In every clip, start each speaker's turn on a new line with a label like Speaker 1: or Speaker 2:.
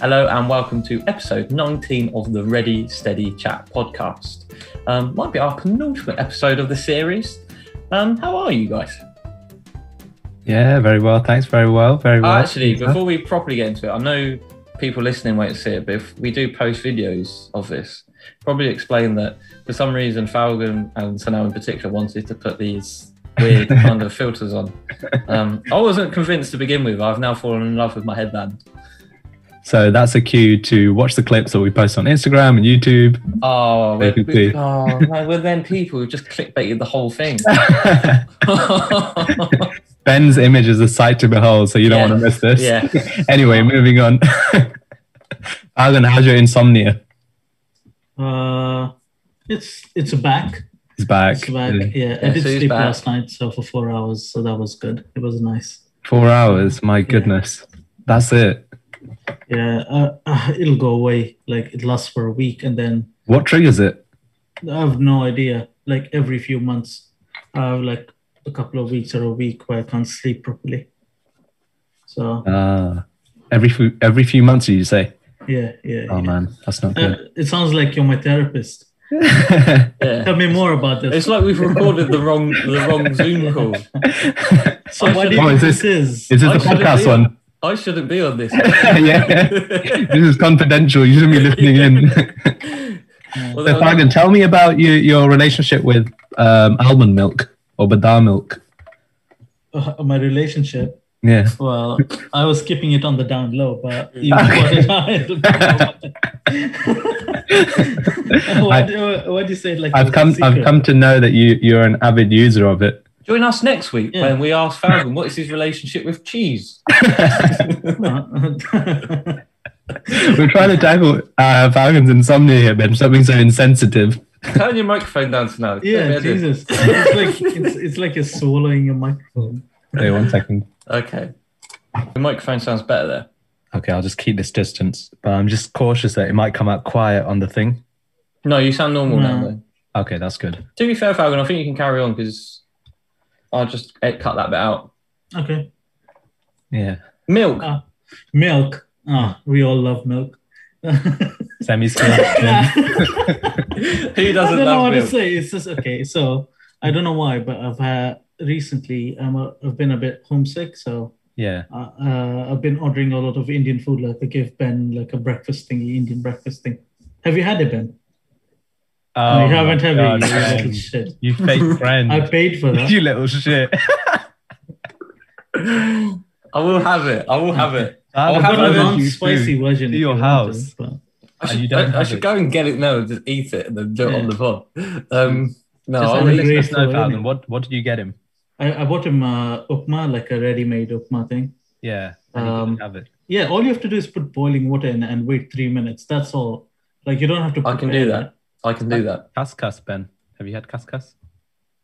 Speaker 1: Hello and welcome to episode 19 of the Ready Steady Chat podcast. Um, might be our penultimate episode of the series. Um, how are you guys?
Speaker 2: Yeah, very well. Thanks. Very well. Very well.
Speaker 1: Oh, actually, before we properly get into it, I know people listening won't see it, but if we do post videos of this, probably explain that for some reason Falcon and Sanel in particular wanted to put these weird kind of filters on. Um, I wasn't convinced to begin with. I've now fallen in love with my headband.
Speaker 2: so that's a cue to watch the clips that we post on Instagram and YouTube.
Speaker 1: Oh, we're,
Speaker 2: Maybe
Speaker 1: we,
Speaker 2: too.
Speaker 1: oh no, we're then people who just clickbaited the whole thing.
Speaker 2: Ben's image is a sight to behold, so you don't
Speaker 1: Yeah.
Speaker 2: want to miss this.
Speaker 1: yeah.
Speaker 2: Anyway, moving on. Alan, how's your insomnia?
Speaker 3: Uh, it's it's a back.
Speaker 2: It's back.
Speaker 3: It's a back. Yeah, I did
Speaker 1: so it's
Speaker 3: sleep
Speaker 1: back.
Speaker 3: last night, so for four hours, so that was good. It was nice.
Speaker 2: Four hours. My goodness. That's it.
Speaker 3: Yeah, uh, uh, it'll go away. Like it lasts for a week, and then
Speaker 2: What triggers it?
Speaker 3: I have no idea. Like every few months, I have like a couple of weeks or a week where I can't sleep properly. So
Speaker 2: Uh, every few, every few months, you say.
Speaker 3: yeah, yeah.
Speaker 2: Oh
Speaker 3: yeah.
Speaker 2: man, that's not
Speaker 3: Uh,
Speaker 2: good.
Speaker 3: it sounds like you're my therapist.
Speaker 1: yeah.
Speaker 3: Tell me more about this.
Speaker 1: It's like we've recorded the wrong the wrong Zoom call.
Speaker 3: so why do
Speaker 2: Oh,
Speaker 3: you
Speaker 2: is
Speaker 3: think
Speaker 2: this-
Speaker 3: this is?
Speaker 2: Is this
Speaker 1: I
Speaker 2: the
Speaker 1: shouldn't
Speaker 2: podcast
Speaker 1: be
Speaker 2: one?
Speaker 1: on- I shouldn't be on this.
Speaker 2: yeah. This is confidential. You shouldn't be listening in.
Speaker 1: Well,
Speaker 2: so,
Speaker 1: that-
Speaker 2: Fagan, tell me about your, your relationship with um, almond milk or badar milk.
Speaker 3: Uh, my relationship.
Speaker 2: Yeah.
Speaker 3: Well, I was keeping it on the down low, but you
Speaker 2: Okay.
Speaker 3: brought it out. It'll be all right. why, do you, why do you say it like
Speaker 2: I've
Speaker 3: it's a
Speaker 2: come. I've
Speaker 3: secret?
Speaker 2: come to know that you you're an avid user of it.
Speaker 1: Join us next week
Speaker 3: Yeah.
Speaker 1: when we ask Falcon what is his relationship with cheese.
Speaker 3: Uh,
Speaker 2: We're trying to tackle uh, Falcon's insomnia here, Ben. Something so insensitive.
Speaker 1: Turn your microphone down to now.
Speaker 3: yeah, Jesus. It's like it's, it's like you're swallowing a microphone.
Speaker 2: Wait, one second.
Speaker 1: Okay. The microphone sounds better there.
Speaker 2: Okay, I'll just keep this distance, but I'm just cautious that it might come out quiet on the thing.
Speaker 1: No, you sound normal now.
Speaker 3: No.
Speaker 1: Though.
Speaker 2: Okay, that's good.
Speaker 1: To be fair, Falcon, I think you can carry on because I'll just eh, cut that bit out.
Speaker 3: Okay.
Speaker 2: Yeah.
Speaker 1: Milk.
Speaker 3: Uh, Milk. Ah, we all love milk.
Speaker 2: Semi's
Speaker 1: Who doesn't
Speaker 3: I don't know
Speaker 1: love
Speaker 3: what to
Speaker 1: milk?
Speaker 3: say. It's just okay. So I don't know why, but I've had recently. I'm a, I've been a bit homesick, so
Speaker 2: Yeah.
Speaker 3: uh, uh, I've been ordering a lot of Indian food. Like I gave Ben like a breakfast thingy, Indian breakfast thing. Have you had it, Ben?
Speaker 2: Oh,
Speaker 3: you haven't,
Speaker 2: my
Speaker 3: have
Speaker 2: God,
Speaker 3: you? you?
Speaker 2: Ben.
Speaker 3: little shit.
Speaker 2: You fake friend.
Speaker 3: I paid for that.
Speaker 2: you little shit.
Speaker 1: I will have it. I will have it. I'll
Speaker 2: I'll
Speaker 1: have
Speaker 3: I've got a
Speaker 1: it.
Speaker 3: non-spicy version.
Speaker 2: to
Speaker 3: if
Speaker 2: your
Speaker 3: you want
Speaker 2: house.
Speaker 3: to, but-
Speaker 1: I
Speaker 2: And
Speaker 1: should,
Speaker 2: you don't
Speaker 1: I, I
Speaker 2: have
Speaker 1: should
Speaker 2: it.
Speaker 1: go and get it now and just eat it and then do it on the pod. Um, no,
Speaker 2: Just
Speaker 1: I
Speaker 2: let
Speaker 3: I'll
Speaker 2: the
Speaker 1: really-
Speaker 3: leave it
Speaker 2: listeners know,
Speaker 3: for
Speaker 2: Falcon,
Speaker 3: him.
Speaker 2: What what did you get him?
Speaker 3: I, I bought him uh, upma, like a ready-made upma thing.
Speaker 2: Yeah. and he
Speaker 3: Um,
Speaker 2: didn't have it.
Speaker 3: Yeah, all you have to do is put boiling water in and wait three minutes. That's all. Like you don't have to.
Speaker 1: I can
Speaker 3: prepare
Speaker 1: do that. I can do that.
Speaker 2: Cascas, Ben. Have you had cascas?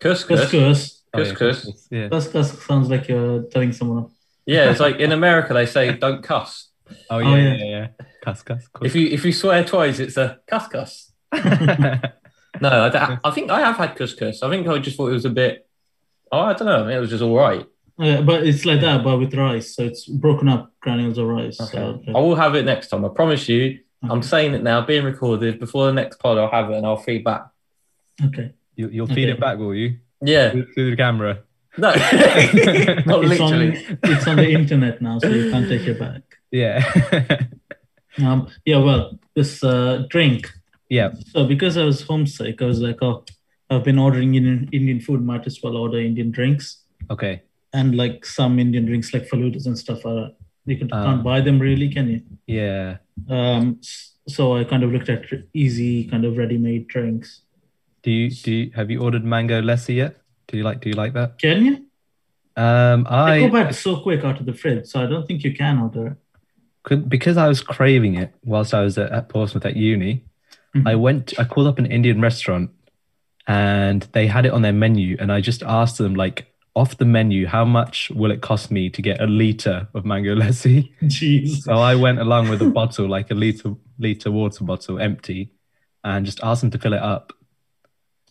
Speaker 1: Couscous.
Speaker 3: Couscous.
Speaker 2: Oh, yeah,
Speaker 1: Couscous.
Speaker 2: couscous, Yeah.
Speaker 3: Uh, Couscous sounds like you're telling someone off.
Speaker 1: Yeah, it's like in America they say don't cuss.
Speaker 2: Oh, yeah,
Speaker 3: Oh,
Speaker 2: yeah, yeah,
Speaker 3: yeah.
Speaker 2: yeah. Cascas.
Speaker 1: If you if you swear twice, it's a couscous. No, I, don't- I think I have had couscous. I think I just thought it was a bit. Oh, I don't know. It was just all right.
Speaker 3: Uh, but it's like that, but with rice. So it's broken up granules of rice.
Speaker 1: Okay.
Speaker 3: So,
Speaker 1: I will have it next time. I promise you. I'm
Speaker 3: Okay.
Speaker 1: saying it now, being recorded. Before the next pod, I'll have it and I'll feed back.
Speaker 3: okay.
Speaker 2: you, you'll feed
Speaker 3: Okay.
Speaker 2: it back, will you?
Speaker 1: Yeah.
Speaker 2: Through through the camera.
Speaker 1: No. Not
Speaker 3: It's on,
Speaker 1: literally.
Speaker 3: it's on the internet now, so you can't take it back.
Speaker 2: Yeah.
Speaker 3: Um, yeah, well, this uh, drink.
Speaker 2: yeah.
Speaker 3: So because I was homesick, I was like, oh, I've been ordering Indian, Indian food, might as well order Indian drinks.
Speaker 2: Okay.
Speaker 3: And like some Indian drinks, like faludas and stuff, are you can,
Speaker 2: Ah.
Speaker 3: can't buy them really, can you?
Speaker 2: Yeah.
Speaker 3: Um, s- so I kind of looked at easy, kind of ready-made drinks.
Speaker 2: Do you do you, have you ordered mango lassi yet? Do you like do you like that?
Speaker 3: Can you?
Speaker 2: Um
Speaker 3: They go
Speaker 2: I
Speaker 3: bad so quick out of the fridge, so I don't think you can order. it.
Speaker 2: could, because I was craving it whilst I was at, at Portsmouth at uni.
Speaker 3: Mhm.
Speaker 2: I went I called up an Indian restaurant and they had it on their menu and I just asked them like off the menu how much will it cost me to get a liter of mango lassi?
Speaker 3: Jeez.
Speaker 2: So I went along with a bottle, like a liter liter water bottle, empty, and just asked them to fill it up.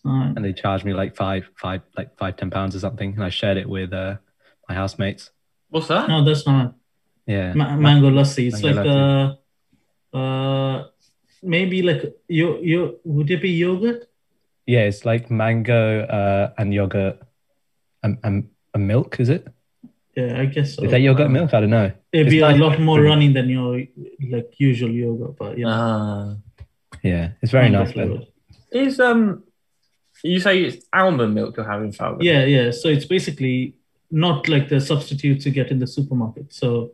Speaker 3: Alright.
Speaker 2: And they charged me like five, five, like five, ten pounds or something. And I shared it with uh, my housemates.
Speaker 1: What's that?
Speaker 3: No, that's not
Speaker 2: Yeah,
Speaker 3: ma- mango lassi. It's
Speaker 2: Mango
Speaker 3: like
Speaker 2: lassi.
Speaker 3: uh, Uh, maybe like yo yo would it be yogurt?
Speaker 2: Yeah, it's like mango uh, and yogurt and, and, and milk, is it?
Speaker 3: Yeah, I guess so.
Speaker 2: Is that yogurt milk? I don't know.
Speaker 3: It'd be
Speaker 2: It's
Speaker 3: a
Speaker 2: like-
Speaker 3: lot more running than your like usual yogurt, but yeah,
Speaker 1: Ah.
Speaker 2: Yeah, it's very nice. though.
Speaker 1: Is um, you say it's almond milk you're having, Falcon?
Speaker 3: Yeah, yeah. So it's basically not like the substitutes you get in the supermarket. So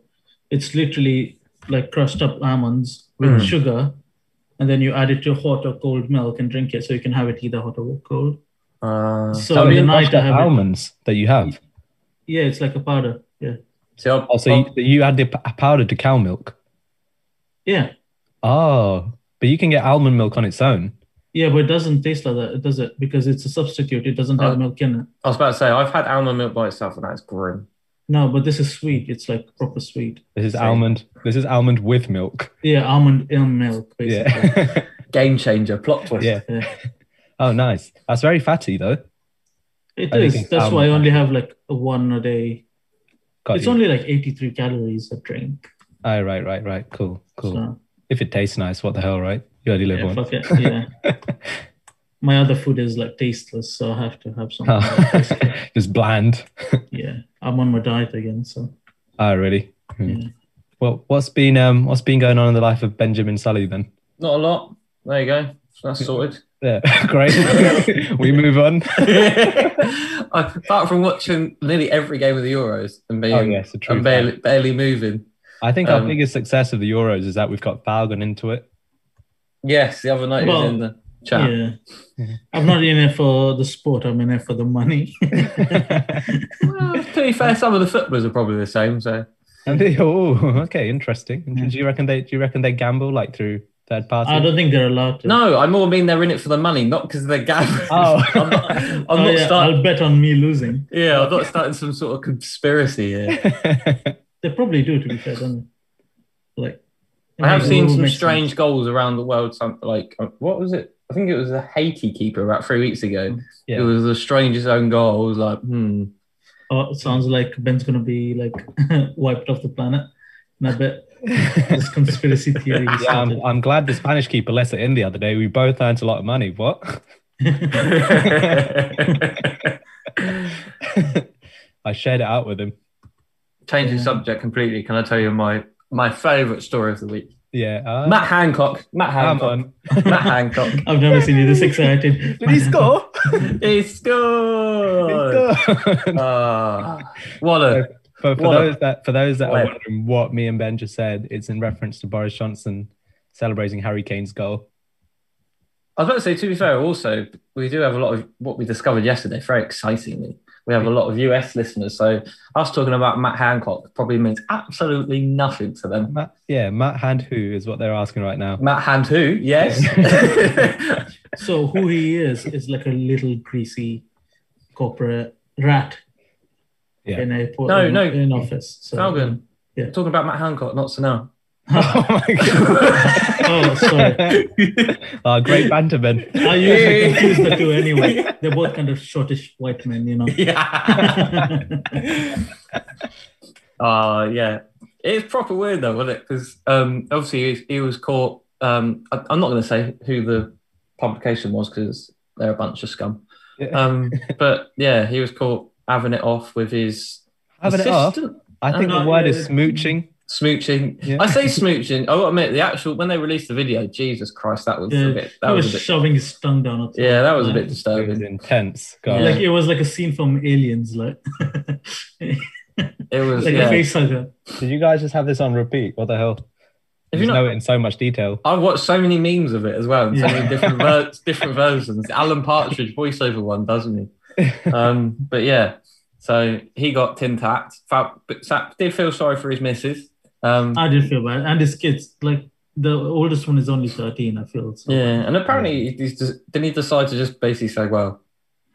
Speaker 3: it's literally like crushed up almonds with
Speaker 1: Mm.
Speaker 3: sugar, and then you add it to hot or cold milk and drink it. So you can have it either hot or cold.
Speaker 1: Ah.
Speaker 3: So
Speaker 2: Oh,
Speaker 3: the
Speaker 2: you
Speaker 3: night
Speaker 2: crushed
Speaker 3: I
Speaker 2: up
Speaker 3: have it,
Speaker 2: almonds that you have.
Speaker 3: yeah, it's like a powder. Yeah,
Speaker 1: so I'll,
Speaker 2: Oh, so you, you add the p- powder to cow milk.
Speaker 3: yeah,
Speaker 2: Oh, but you can get almond milk on its own.
Speaker 3: yeah. But it doesn't taste like that, does it? Because it's a substitute. It doesn't
Speaker 2: Uh.
Speaker 3: have
Speaker 1: Oh.
Speaker 3: milk in it.
Speaker 1: I was about to say I've had almond milk by itself, and that's grim.
Speaker 3: No, but this is sweet. It's like proper sweet.
Speaker 2: This is
Speaker 1: Same.
Speaker 2: almond. This is almond with milk.
Speaker 3: Yeah, almond in milk, basically.
Speaker 2: Yeah.
Speaker 1: Game changer, plot twist.
Speaker 2: yeah.
Speaker 3: Yeah.
Speaker 2: Oh, nice. That's very fatty though.
Speaker 3: It
Speaker 2: I think
Speaker 3: is.
Speaker 2: it's
Speaker 3: That's why I
Speaker 2: almond.
Speaker 3: only have like one a day.
Speaker 2: Got
Speaker 3: it's
Speaker 2: you.
Speaker 3: only like 83 calories a drink.
Speaker 2: Oh, right, right, right. Cool, cool.
Speaker 3: So,
Speaker 2: If it tastes nice, what the hell, right? You only live
Speaker 3: yeah,
Speaker 2: once.
Speaker 3: fuck it. Yeah. My other food is like tasteless, so I have to have something.
Speaker 2: Oh.
Speaker 3: that tastes good.
Speaker 2: Just bland.
Speaker 3: yeah. I'm on my diet again, so
Speaker 2: Oh, really? Hmm.
Speaker 1: Mm.
Speaker 3: Yeah.
Speaker 2: Well, what's been um, what's been going on in the life of Benjamin Sully then?
Speaker 1: Not a lot. There you go. That's sorted.
Speaker 2: Yeah, great. we move on.
Speaker 1: Apart from watching nearly every game of the Euros and being
Speaker 2: Oh, yes, a true
Speaker 1: and barely, barely moving.
Speaker 2: I think our
Speaker 1: Um,
Speaker 2: biggest success of the Euros is that we've got Falcon into it.
Speaker 1: Yes, the other night he was
Speaker 3: Well,
Speaker 1: in the chat.
Speaker 3: yeah.
Speaker 2: Yeah.
Speaker 3: I'm not in it for the sport, I'm in it for the money.
Speaker 1: Well, to be fair, some of the footballers are probably the same. So
Speaker 2: and they, oh, okay, interesting.
Speaker 3: Yeah.
Speaker 2: Do you reckon they do you reckon they gamble like through third party?
Speaker 3: I don't think they're allowed to.
Speaker 1: no, I more mean they're in it for the money, not because of the gambling.
Speaker 2: Oh.
Speaker 1: I'm not, I'm
Speaker 3: Oh,
Speaker 1: not
Speaker 3: yeah,
Speaker 1: starting.
Speaker 3: I'll bet on me losing.
Speaker 1: Yeah, I'm not starting some sort of conspiracy here.
Speaker 3: They probably do, to be fair, don't they? Like,
Speaker 1: I have
Speaker 3: it
Speaker 1: seen
Speaker 3: will
Speaker 1: some
Speaker 3: make sense.
Speaker 1: strange goals around the world. Some like uh, what was it? I think it was the Haiti keeper about three weeks ago.
Speaker 2: Yeah.
Speaker 1: It was the strangest own goal. I was like, hmm.
Speaker 3: Oh, it sounds like Ben's gonna be like wiped off the planet. And I bet this conspiracy theory. he
Speaker 2: yeah, I'm,
Speaker 3: started.
Speaker 2: I'm glad the Spanish keeper let it in the other day. We both earned a lot of money. What? I shared it out with him.
Speaker 1: Changing
Speaker 3: Yeah.
Speaker 1: subject completely. Can I tell you my my favourite story of the week?
Speaker 2: Yeah. Uh,
Speaker 1: Matt Hancock. Matt
Speaker 2: come
Speaker 1: Hancock.
Speaker 2: on.
Speaker 1: Matt Hancock.
Speaker 3: I've never seen you this excited.
Speaker 2: Did he score?
Speaker 1: He scored.
Speaker 2: for,
Speaker 1: Ah, what a
Speaker 2: for
Speaker 1: What a-
Speaker 2: those that for those that are
Speaker 1: Web.
Speaker 2: wondering what me and Ben just said, it's in reference to Boris Johnson celebrating Harry Kane's goal.
Speaker 1: I was about to say, to be fair, also, we do have a lot of what we discovered yesterday, very excitingly. We have a lot of US listeners. So, us talking about Matt Hancock probably means absolutely nothing to them.
Speaker 2: Matt, yeah, Matt Hand who is what they're asking right now.
Speaker 1: Matt Hand, who? Yes.
Speaker 3: So who he is is like a little greasy corporate rat
Speaker 2: Yeah.
Speaker 3: in a
Speaker 1: No,
Speaker 3: in,
Speaker 1: no.
Speaker 3: in office. So,
Speaker 1: Falcon.
Speaker 3: Yeah.
Speaker 1: Talking about Matt Hancock, not Sunil.
Speaker 2: oh my god.
Speaker 3: Oh, sorry.
Speaker 2: oh, great banter, Ben.
Speaker 3: I usually confuse the two anyway. They're both kind of shortish white men, you know.
Speaker 1: yeah. Uh, yeah. It's proper weird though, wasn't it? Because um, obviously he, he was caught. Um, I, I'm not going to say who the publication was because they're a bunch of scum.
Speaker 2: Yeah.
Speaker 1: Um, but yeah, he was caught having it off with his
Speaker 2: Having it off.
Speaker 1: assistant
Speaker 2: I think
Speaker 3: Oh,
Speaker 2: the word
Speaker 3: yeah.
Speaker 2: is smooching.
Speaker 1: smooching.
Speaker 2: Yeah.
Speaker 1: I say smooching. I'll admit the actual when they released the video. Jesus Christ, that was
Speaker 3: Yeah,
Speaker 1: a bit.
Speaker 3: He
Speaker 1: That was
Speaker 3: was
Speaker 1: a bit.
Speaker 3: shoving his tongue down. at-
Speaker 1: Yeah, that was a bit
Speaker 2: It was
Speaker 1: disturbing.
Speaker 2: intense. God.
Speaker 1: Yeah.
Speaker 3: Like it was like a scene from Aliens, like
Speaker 1: It was.
Speaker 3: like a
Speaker 1: Yeah.
Speaker 3: face hugger.
Speaker 2: Did you guys just have this on repeat? What the hell?
Speaker 1: If you're
Speaker 2: You just
Speaker 1: not-
Speaker 2: know it in so much detail.
Speaker 1: I've watched so many memes of it as well, and so
Speaker 3: Yeah.
Speaker 1: many different ver- different versions. Alan Partridge voiceover one, doesn't he? Um, but yeah, so he got tin tapped. Felt, but Sap did feel sorry for his missus. Um,
Speaker 3: I did feel bad. And his kids, like the oldest one is only 13, I feel. So.
Speaker 1: yeah, and apparently he- he's just, didn't he decide to just basically say, "Well,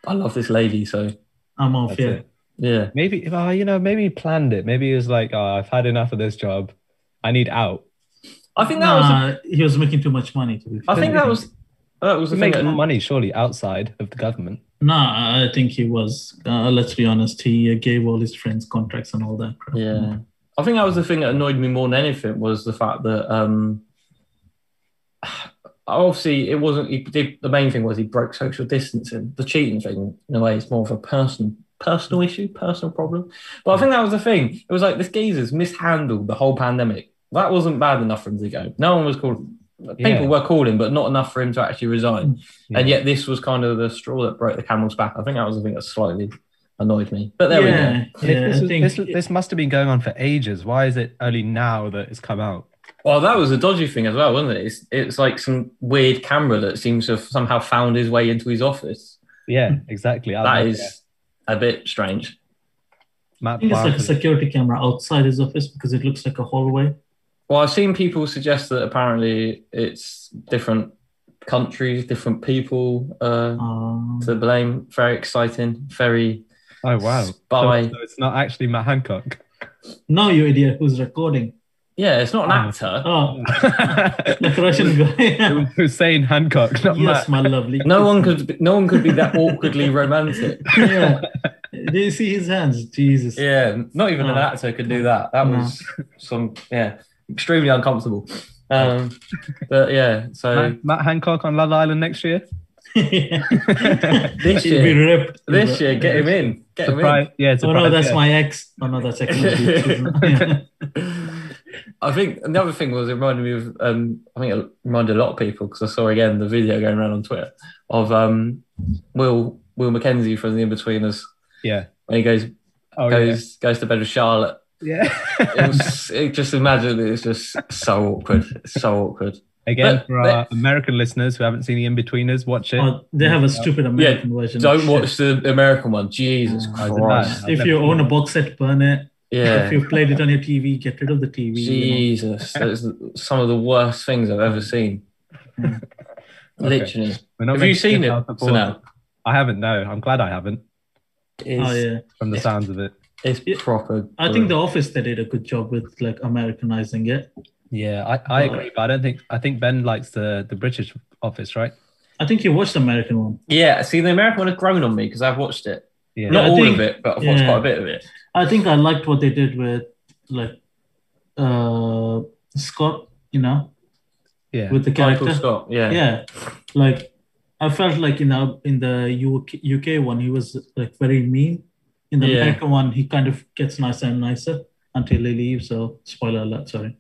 Speaker 1: I love this lady," so
Speaker 3: I'm off,
Speaker 2: That's
Speaker 3: yeah.
Speaker 2: it.
Speaker 1: yeah,
Speaker 2: Maybe, oh, you know, maybe he planned it. Maybe he was like, oh, I've had enough of this job. I need out.
Speaker 1: I think that was.
Speaker 3: nah, he was making too much money to be fair.
Speaker 1: I think that was. That was
Speaker 2: To
Speaker 1: the
Speaker 2: make
Speaker 1: thing.
Speaker 2: more money, surely, outside of the government.
Speaker 3: Nah, I think he was. Uh, let's be honest. He uh, gave all his friends contracts and all that
Speaker 1: Hmm.
Speaker 3: crap.
Speaker 1: Yeah. I think that was the thing that annoyed me more than anything was the fact that um, obviously it wasn't he did, the main thing was he broke social distancing the cheating thing in a way is more of a person personal issue personal problem but i think that was the thing it was like this geezer's mishandled the whole pandemic that wasn't bad enough for him to go no one was called people
Speaker 2: Yeah.
Speaker 1: were calling but not enough for him to actually resign and
Speaker 2: Yeah.
Speaker 1: yet this was kind of the straw that broke the camel's back i think that was the thing that slightly annoyed me but there we go
Speaker 3: yeah,
Speaker 2: This-
Speaker 3: yeah,
Speaker 2: this,
Speaker 3: I
Speaker 2: was-
Speaker 3: think
Speaker 2: this, this must have been going on for ages. Why is it only now that it's come out?
Speaker 1: well that was a dodgy thing as well wasn't it it's, it's like some weird camera that seems to have somehow found his way into his office
Speaker 2: Yeah,
Speaker 3: Hmm.
Speaker 2: exactly. I
Speaker 1: that
Speaker 2: love
Speaker 1: is a bit strange
Speaker 2: Matt
Speaker 3: I think it's like a
Speaker 2: Barker.
Speaker 3: security camera outside his office because it looks like a hallway.
Speaker 1: Well, I've seen people suggest that apparently it's different countries, different people uh,
Speaker 3: Um,
Speaker 1: to blame. Very exciting, very
Speaker 2: Oh wow! So-
Speaker 1: spy.
Speaker 2: so it's not actually Matt Hancock.
Speaker 3: no, you idiot! Who's recording?
Speaker 1: yeah, it's not an
Speaker 2: Oh.
Speaker 1: actor.
Speaker 3: Oh, like Russian guy.
Speaker 2: Hussein Hancock, not
Speaker 3: yes,
Speaker 2: Matt.
Speaker 3: my lovely.
Speaker 1: No one could. Be, no one could be that awkwardly romantic.
Speaker 3: yeah. Do you see his hands? Jesus.
Speaker 1: Yeah, not even an
Speaker 3: No.
Speaker 2: Oh.
Speaker 1: actor could do that. That
Speaker 3: No.
Speaker 1: was some. Yeah, extremely uncomfortable. Um, but yeah, so
Speaker 2: Matt, Matt Hancock on Love Island next year.
Speaker 1: This
Speaker 3: He'll be ripped.
Speaker 1: this year, get him in. Get him in.
Speaker 2: Surprise! Yeah, surprise.
Speaker 3: Oh no, that's
Speaker 2: yeah.
Speaker 3: my ex. Oh no, that's ex. Yeah.
Speaker 1: I think another thing was it reminded me of um, I think it reminded a lot of people because I saw again the video going around on Twitter of um, Will Will McKenzie from the In Betweeners
Speaker 2: Yeah.
Speaker 1: when he goes
Speaker 2: Oh yeah.
Speaker 1: goes goes to bed with Charlotte. It
Speaker 2: Yeah.
Speaker 1: was it, just imagine it's just so awkward, It's so awkward.
Speaker 2: Again,
Speaker 1: But-
Speaker 2: for our American listeners who haven't seen the In Betweeners, watch it.
Speaker 3: Oh, they have a stupid American version. of
Speaker 1: Don't
Speaker 3: shit.
Speaker 1: watch the American one. Jesus
Speaker 3: Oh,
Speaker 2: I did
Speaker 1: Christ!
Speaker 2: that.
Speaker 3: If you own a box set, burn it. If
Speaker 1: Yeah.
Speaker 3: you played it on your TV, get rid of the TV. you know.
Speaker 1: Jesus, that's some of the worst things I've ever seen.
Speaker 3: Mm.
Speaker 1: Literally.
Speaker 2: We're not
Speaker 1: Have you
Speaker 2: making
Speaker 1: seen it?
Speaker 2: child
Speaker 1: So
Speaker 2: support.
Speaker 1: now,
Speaker 2: I haven't. No, I'm glad I haven't.
Speaker 1: it's,
Speaker 3: Oh yeah,
Speaker 2: From the
Speaker 1: Yeah.
Speaker 2: sounds of it.
Speaker 1: it's
Speaker 3: Yeah.
Speaker 1: proper.
Speaker 3: I think The Office they did a good job with like Americanizing it.
Speaker 2: Yeah, I, I
Speaker 1: Oh.
Speaker 2: agree, but I don't think I think Ben likes the the British office, right?
Speaker 3: I think you watched the American one.
Speaker 1: Yeah, see, the American one has grown on me because I've watched it.
Speaker 2: Yeah.
Speaker 1: Not
Speaker 3: I
Speaker 1: all
Speaker 3: think-
Speaker 1: of it, but I've watched
Speaker 3: yeah.
Speaker 1: quite a bit of it.
Speaker 3: I think I liked what they did with like uh Scott. You know,
Speaker 2: yeah.
Speaker 3: with the character.
Speaker 1: Michael Scott, yeah.
Speaker 3: yeah like i felt like in our in the UK, uk one he was like very mean in the
Speaker 1: Yeah.
Speaker 3: american one he kind of gets nicer and nicer until they leave so spoiler alert sorry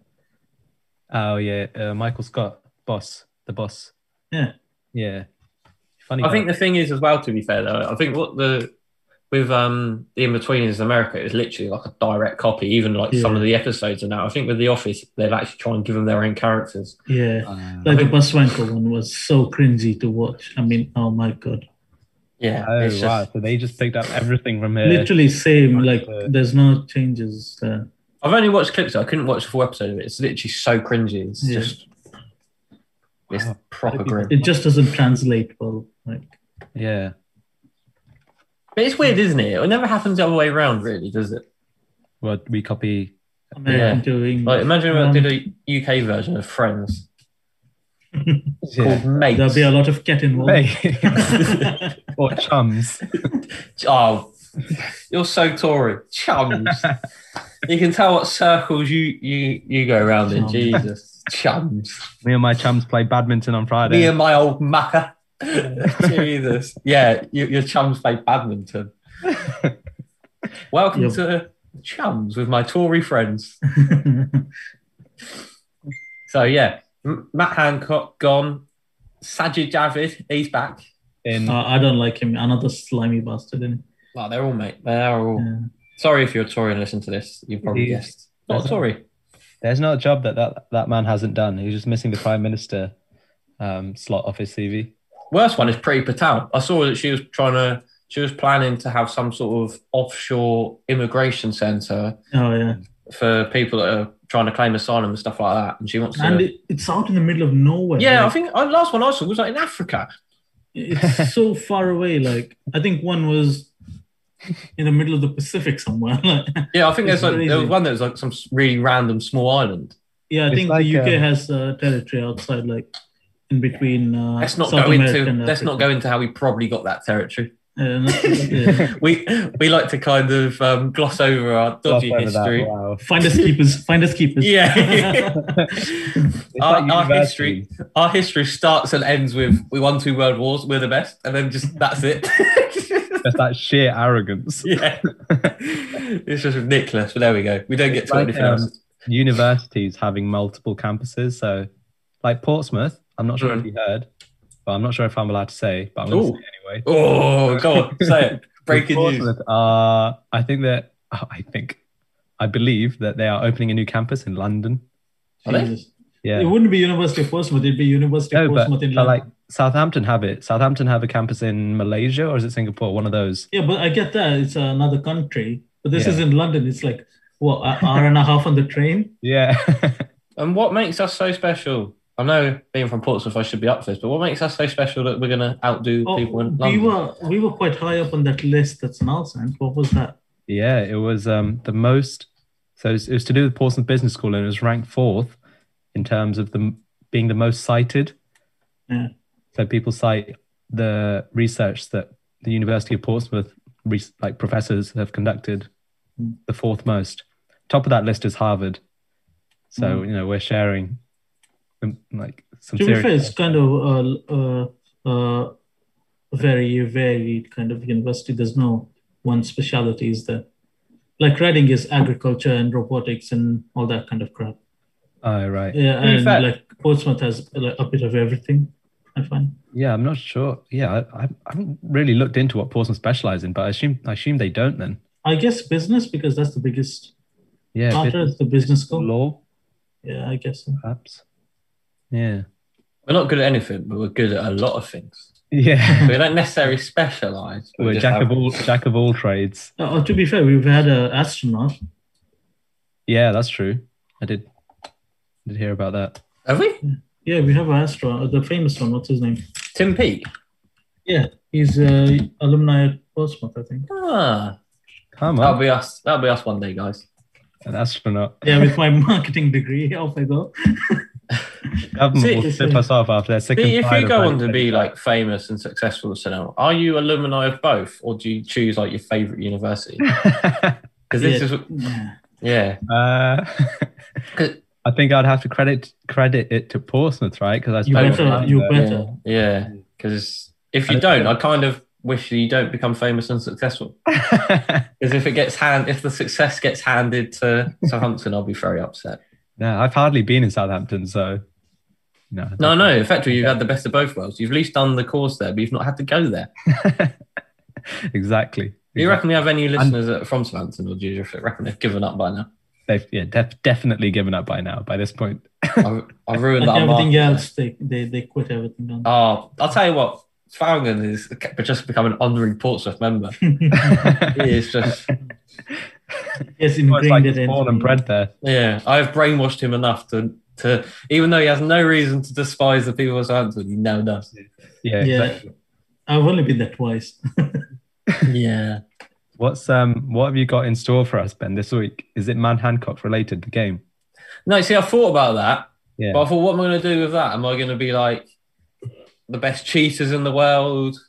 Speaker 2: Oh yeah, uh, Michael Scott, boss, the boss.
Speaker 3: Yeah.
Speaker 2: Yeah. Funny.
Speaker 1: I think
Speaker 2: guy.
Speaker 1: the thing is, as well, to be fair, though, I think what the with um the in between is America is literally like a direct copy, even like some
Speaker 3: Yeah.
Speaker 1: of the episodes are now. I think with The Office, they've actually tried and give them their own characters.
Speaker 3: yeah
Speaker 2: Uh,
Speaker 3: like the Buswanko one was so cringy to watch. I mean, oh my god!
Speaker 1: Yeah.
Speaker 2: oh
Speaker 1: it's just-
Speaker 2: wow! So they just picked up everything from here.
Speaker 3: Literally same. Like,
Speaker 1: uh,
Speaker 2: Yeah.
Speaker 3: there's no changes. Uh,
Speaker 1: I've only watched clips. I couldn't watch the full episode of it. It's literally so cringy. It's
Speaker 3: Yeah.
Speaker 1: just it's
Speaker 2: Wow.
Speaker 1: proper grim.
Speaker 3: it just doesn't translate well. Like,
Speaker 2: Yeah.
Speaker 1: But it's weird, isn't it? It never happens the other way around, really, does it?
Speaker 2: Well, we copy.
Speaker 3: American
Speaker 1: Yeah.
Speaker 3: to English.
Speaker 1: Like, imagine if I
Speaker 3: Um,
Speaker 1: did a UK version of Friends called
Speaker 3: There'll
Speaker 1: Mates.
Speaker 3: be a lot of cat involved.
Speaker 2: Hey. or chums.
Speaker 1: oh, you're so Tory, chums. you can tell what circles you you you go around in.
Speaker 3: Chums.
Speaker 1: Jesus, chums.
Speaker 2: Me and my chums play badminton on Friday.
Speaker 1: Me and my old macker. Jesus, yeah, you, your chums play badminton. Welcome
Speaker 3: Yep.
Speaker 1: to chums with my Tory friends. So yeah, M- Matt Hancock gone. Sajid Javid, he's back.
Speaker 2: in
Speaker 3: Uh, I don't like him. Another slimy bastard. Isn't
Speaker 1: Well, they're all mate. They are
Speaker 3: he?
Speaker 1: all.
Speaker 3: Yeah.
Speaker 1: Sorry if you're a Tory and listen to this. You probably
Speaker 2: Indeed.
Speaker 1: guessed. Not a Tory.
Speaker 2: There's not a job that, that that man hasn't done. He's just missing the prime minister um, slot off his CV.
Speaker 1: Worst one is Priti Patel. I saw that she was trying to. She was planning to have some sort of offshore immigration centre
Speaker 3: Oh yeah,
Speaker 1: for people that are trying to claim asylum and stuff like that. And she wants to.
Speaker 3: and it, it's out in the middle of nowhere.
Speaker 1: yeah, I
Speaker 3: like,
Speaker 1: think uh, last one I saw was like in Africa.
Speaker 3: it's so far away. Like I think one was in the middle of the Pacific somewhere. Like,
Speaker 1: Yeah, I think
Speaker 3: It's
Speaker 1: there's like, there was
Speaker 3: crazy.
Speaker 1: one that was like some really random small island.
Speaker 3: yeah, I
Speaker 2: It's
Speaker 3: think
Speaker 2: like,
Speaker 3: the UK
Speaker 2: um,
Speaker 3: has uh, territory outside, like in between. Uh,
Speaker 1: Let's not
Speaker 3: South
Speaker 1: go
Speaker 3: America
Speaker 1: into.
Speaker 3: and
Speaker 2: uh,
Speaker 1: Let's not
Speaker 3: Africa.
Speaker 1: go into how we probably got that territory.
Speaker 3: Uh, not- yeah.
Speaker 1: we we like to kind of um, gloss over our dodgy
Speaker 2: Gloss over that,
Speaker 1: history.
Speaker 2: Wow.
Speaker 3: Find us keepers. Find us keepers.
Speaker 1: Yeah,
Speaker 2: It's like
Speaker 1: our, our
Speaker 2: university.
Speaker 1: history our history starts and ends with we won two world wars, we're the best, and then just that's it.
Speaker 2: That's that sheer arrogance.
Speaker 1: yeah, it's just ridiculous. But there we go. We don't get
Speaker 2: It's
Speaker 1: to
Speaker 2: like,
Speaker 1: anything
Speaker 2: um,
Speaker 1: else.
Speaker 2: Universities having multiple campuses. So, like Portsmouth, I'm not sure if you heard, but I'm not sure if I'm allowed to say, but I'm going to
Speaker 1: Ooh.
Speaker 2: say it anyway.
Speaker 1: Oh, go on, say it. Breaking news.
Speaker 2: Portsmouth are, I think that, oh, I think, I believe that they are opening a new campus in London.
Speaker 1: Are they?
Speaker 3: Jesus. It
Speaker 2: Yeah.
Speaker 3: wouldn't be University of Portsmouth. It'd be University
Speaker 2: No,
Speaker 3: of
Speaker 2: but,
Speaker 3: Portsmouth in
Speaker 2: but
Speaker 3: London.
Speaker 2: like Southampton have it. Southampton have a campus in Malaysia or is it Singapore? One of those.
Speaker 3: yeah, but I get that. It's another country. But this
Speaker 2: Yeah.
Speaker 3: is in London. It's like, what, an hour and a half on the train?
Speaker 2: Yeah.
Speaker 1: And what makes us so special? I know being from Portsmouth, I should be up for this, but what makes us so special that we're going to outdo
Speaker 3: Oh,
Speaker 1: people in
Speaker 3: we
Speaker 1: London?
Speaker 3: were we were quite high up on that list that's nonsense. What was that?
Speaker 2: Yeah, it was um, the most. So it was, it was to do with Portsmouth Business School, and it was ranked fourth in terms of the being the most cited.
Speaker 3: Yeah.
Speaker 2: So people cite the research that the University of Portsmouth re- like professors have conducted,
Speaker 3: Mm.
Speaker 2: the fourth most. Top of that list is Harvard. So you know we're sharing, um, like some
Speaker 3: Hmm. To be fair,
Speaker 2: serious.
Speaker 3: it's kind of a, uh uh very varied kind of university. There's no one speciality, is there? Like Reading is agriculture and robotics and all that kind of crap.
Speaker 2: Oh right.
Speaker 3: Yeah,
Speaker 1: To be
Speaker 3: and
Speaker 1: fair-
Speaker 3: like Portsmouth has like, a bit of everything. I find.
Speaker 2: Yeah, I'm not sure. Yeah, I, I haven't really looked into what Portsmouth specialize in, but I assume I assume they don't then.
Speaker 3: I guess business because that's the biggest
Speaker 2: Yeah.
Speaker 3: part
Speaker 2: business
Speaker 3: of the business school.
Speaker 2: law.
Speaker 3: Yeah, I guess. So.
Speaker 2: perhaps. Yeah.
Speaker 1: We're not good at anything, but we're good at a lot of things.
Speaker 2: Yeah.
Speaker 1: We don't necessarily specialize.
Speaker 2: We're
Speaker 1: just
Speaker 2: jack
Speaker 1: have-
Speaker 2: of all jack of all trades.
Speaker 3: Uh, oh, to be fair, we've had an astronaut.
Speaker 2: Yeah, that's true. I did did hear about that.
Speaker 1: Have we?
Speaker 3: Yeah, we have an astronaut, uh, the famous one. What's his name?
Speaker 1: Tim Peake.
Speaker 3: Yeah, he's uh, alumni at Portsmouth, I think.
Speaker 1: Ah,
Speaker 2: Come
Speaker 1: that'll
Speaker 2: on,
Speaker 1: be us. That'll be us one day, guys.
Speaker 2: an astronaut.
Speaker 3: Yeah, with my marketing degree, oh off I go.
Speaker 2: Government
Speaker 1: See,
Speaker 2: will flip us off after their second.
Speaker 1: See, if you go on to be like famous and successful, so now, are you alumni of both, or do you choose like your favorite university? Because this is,
Speaker 3: Yeah.
Speaker 1: yeah,
Speaker 2: uh,
Speaker 1: 'Cause-
Speaker 2: I think I'd have to credit credit it to Portsmouth, right? Because I
Speaker 3: You
Speaker 2: suppose
Speaker 1: better-
Speaker 3: you
Speaker 2: uh,
Speaker 3: better.
Speaker 1: yeah, yeah. Because if you don't, I kind of wish you don't become famous and successful. Because if it gets hand, if the success gets handed to Southampton, I'll be very upset.
Speaker 2: no, I've hardly been in Southampton, so no.
Speaker 1: No, no. Effectively, you've had the best of both worlds. You've at least done the course there, but you've not had to go there.
Speaker 2: exactly.
Speaker 1: Do you reckon we have any listeners that are from Southampton, or do you just reckon they've given up by now?
Speaker 2: They've yeah, def- definitely given up by now. By this point,
Speaker 1: I've, I've ruined
Speaker 3: Like
Speaker 1: that.
Speaker 3: everything
Speaker 1: market.
Speaker 3: else, they, they they quit everything. Don't they?
Speaker 1: Oh, I'll tell you what. Falcon is just become an honorary Portsmouth member. It's just,
Speaker 3: yes,
Speaker 2: Well, it's like
Speaker 3: ingrained it in.
Speaker 2: born and bred there.
Speaker 1: yeah, I've brainwashed him enough to, to, even though he has no reason to despise the people of Southampton, he now does.
Speaker 2: Yeah.
Speaker 3: Yeah.
Speaker 2: Exactly.
Speaker 3: I've only been there twice.
Speaker 1: Yeah.
Speaker 2: What's um what have you got in store for us, Ben, this week? Is it Man Hancock related, the game?
Speaker 1: No, see, I thought about that,
Speaker 2: Yeah.
Speaker 1: but I thought, what am I going to do with that? Am I going to be like the best cheaters in the world?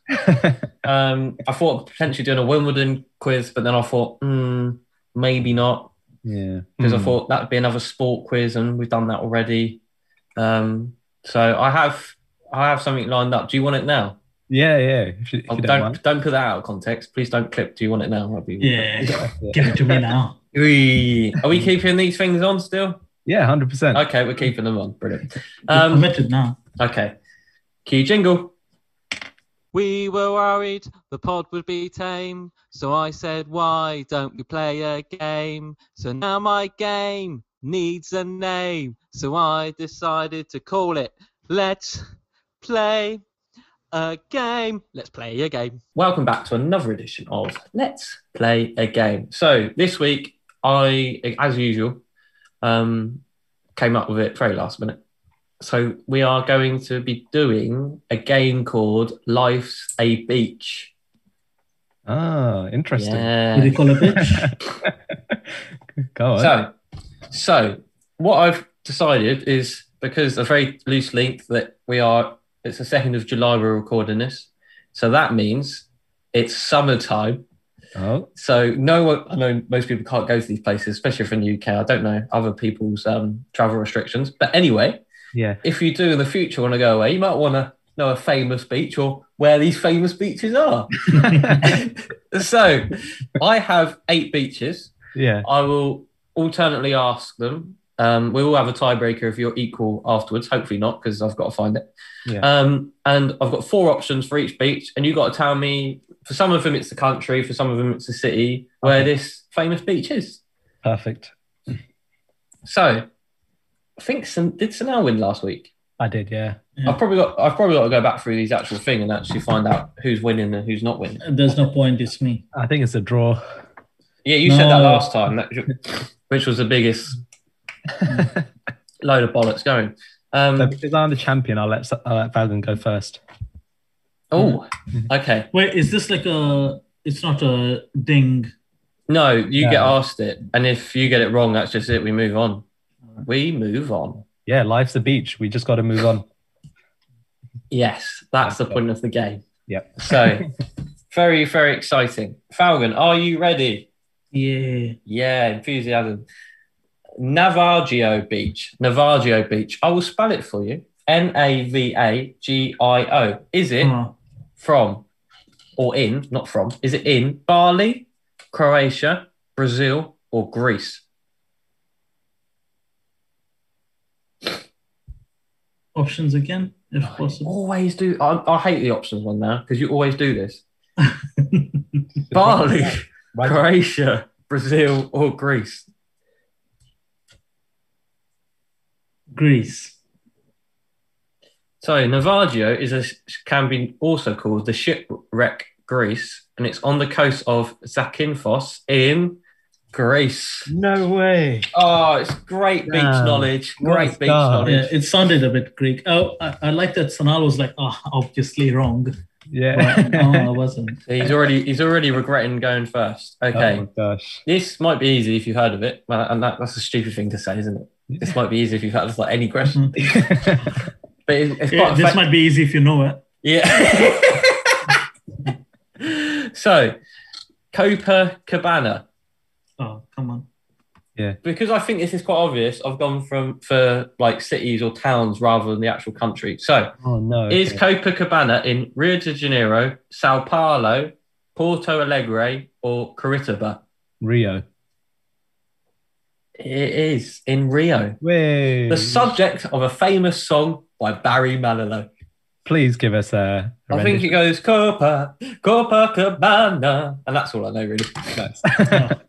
Speaker 1: Um, I thought potentially doing a Wimbledon quiz, but then I thought, hmm, maybe not.
Speaker 2: yeah.
Speaker 1: because I
Speaker 2: Hmm.
Speaker 1: thought that'd be another sport quiz, and we've done that already. Um, so I have I have something lined up. Do you want it now?
Speaker 2: Yeah, yeah. If you, if
Speaker 1: Oh,
Speaker 2: you
Speaker 1: don't
Speaker 2: don't,
Speaker 1: don't,
Speaker 2: mind.
Speaker 1: put that out of context. Please don't clip. Do you want it now? That'd be
Speaker 3: Yeah,
Speaker 2: Yeah.
Speaker 3: give it to me now.
Speaker 1: Wee. Are we keeping these things on still?
Speaker 2: Yeah, hundred percent.
Speaker 1: Okay, we're keeping them on. Brilliant. Um,
Speaker 3: I'm committed now.
Speaker 1: okay. Cue jingle.
Speaker 4: We were worried the pod would be tame, so I said, Why don't we play a game? So now my game needs a name, so I decided to call it Let's Play a Game. Let's play a game.
Speaker 1: Welcome back to another edition of Let's Play a Game. So this week, I, as usual, um, came up with it very last minute. So we are going to be doing a game called Life's a Beach.
Speaker 2: Ah, interesting.
Speaker 3: Did you
Speaker 1: Yeah.
Speaker 3: call a bitch?
Speaker 2: Go on.
Speaker 1: So, so what I've decided is because a very loose link that we are. It's the second of July we're recording this, so that means It's summertime.
Speaker 2: Oh,
Speaker 1: So no one, I know most people can't go to these places, especially from the UK. I don't know other people's um, travel restrictions. But anyway,
Speaker 2: yeah.
Speaker 1: if you do in the future want to go away, you might want to know a famous beach or where these famous beaches are. so I have eight beaches.
Speaker 2: yeah.
Speaker 1: I will alternately ask them. Um, we will have a tiebreaker if you're equal afterwards. Hopefully not, because I've got to find it.
Speaker 2: Yeah.
Speaker 1: Um, and I've got four options for each beach, and you've got to tell me. For some of them, it's the country. For some of them, it's the city where this famous beach is.
Speaker 2: Perfect.
Speaker 1: So, I think San, did Sanel win last week?
Speaker 2: I did, yeah.
Speaker 1: I've probably got. I've probably got to go back through these actual thing and actually find out who's winning and who's not winning.
Speaker 3: There's no point. It's me.
Speaker 2: I think it's a draw.
Speaker 1: Yeah, you said that
Speaker 3: No.
Speaker 1: last time, that, which was the biggest load of bollocks going.
Speaker 2: So
Speaker 1: Um,
Speaker 2: because I'm the champion, I'll let, I'll let Falcon go first.
Speaker 1: oh,
Speaker 2: Mm-hmm.
Speaker 1: okay.
Speaker 3: Wait, is this like a? It's not a ding.
Speaker 1: No, you
Speaker 2: Yeah.
Speaker 1: get asked it, and if you get it wrong, that's just it. We move on. We move on.
Speaker 2: Yeah, life's a beach. We just got to move on.
Speaker 1: Yes, that's the point of the game.
Speaker 2: Yep.
Speaker 1: So, very, very exciting. Falcon, are you ready?
Speaker 3: Yeah.
Speaker 1: Yeah, enthusiasm. Navajo Beach. Navajo Beach. I will spell it for you. N A V A G I O. Is it?
Speaker 3: Uh,
Speaker 1: from or in, not from, is it in Bali, Croatia, Brazil, or Greece?
Speaker 3: options again, if possible.
Speaker 1: Always do. I, I hate the options one now because you always do this. Bali,
Speaker 2: Right.
Speaker 1: Croatia, Brazil, or Greece?
Speaker 3: Greece.
Speaker 1: So Navajo is a, can be also called the shipwreck Greece, and it's on the coast of Zakynthos in Greece.
Speaker 2: No way.
Speaker 1: Oh, it's great beach
Speaker 2: Damn.
Speaker 1: knowledge.
Speaker 2: Well
Speaker 1: Great beach
Speaker 2: done.
Speaker 1: knowledge.
Speaker 3: Yeah, it sounded a bit Greek. Oh, I, I like that Sanal was like, oh, obviously wrong.
Speaker 2: Yeah.
Speaker 3: But no,
Speaker 2: Oh.
Speaker 3: I wasn't.
Speaker 1: He's already he's already regretting going first. Okay.
Speaker 2: Oh my gosh.
Speaker 1: This might be easy if you've heard of it, well, and that, that's a stupid thing to say, isn't it? This might be easy if you've heard of like any question, but it, it's quite
Speaker 3: Hmm. Yeah,
Speaker 1: a
Speaker 3: this
Speaker 1: fa-
Speaker 3: might be easy if you know it.
Speaker 1: yeah. so, Copacabana,
Speaker 3: Oh, come on.
Speaker 1: because I think this is quite obvious. I've gone from for like cities or towns rather than the actual country. So,
Speaker 2: oh no.
Speaker 1: is Copacabana in Rio de Janeiro, Sao Paulo, Porto Alegre, or Curitiba?
Speaker 2: Rio.
Speaker 1: It is in Rio.
Speaker 2: Way.
Speaker 1: The subject of a famous song by Barry Manilow.
Speaker 2: Please give us a. a
Speaker 1: I think it goes Copa, Copa Cabana, and that's all I know really.
Speaker 2: rendition.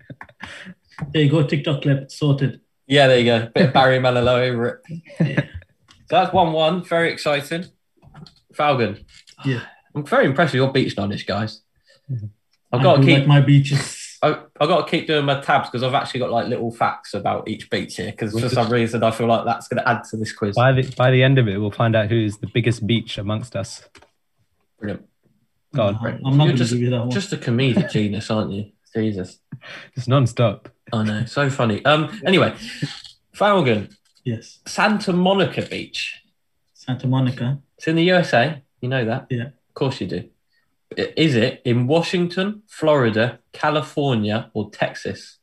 Speaker 3: There you go, TikTok clip sorted.
Speaker 1: Yeah, there you go. Bit of Barry Manilow over it. so that's one one. Very exciting. Falcon.
Speaker 3: Yeah.
Speaker 1: I'm very impressed with your beach knowledge, guys.
Speaker 2: Mhm.
Speaker 1: I've
Speaker 3: I
Speaker 1: got to
Speaker 3: do
Speaker 1: keep.
Speaker 3: like my beaches.
Speaker 1: I, I've got to keep doing my tabs because I've actually got like little facts about each beach here because for some reason I feel like that's going to add to this quiz.
Speaker 2: by the by the end of it, we'll find out who is the biggest beach amongst us.
Speaker 1: Brilliant.
Speaker 2: Go on.
Speaker 3: No, I'm not
Speaker 1: You're
Speaker 3: going to
Speaker 1: just-
Speaker 3: give you that one.
Speaker 1: Just a comedic genius, aren't you? Jesus.
Speaker 2: It's non-stop.
Speaker 1: I know, so funny. Um, anyway, Falcon,
Speaker 3: yes,
Speaker 1: Santa Monica Beach.
Speaker 3: Santa Monica.
Speaker 1: It's in the USA. You know that.
Speaker 3: Yeah.
Speaker 1: Of course you do. I- Is it in Washington, Florida, California, or Texas?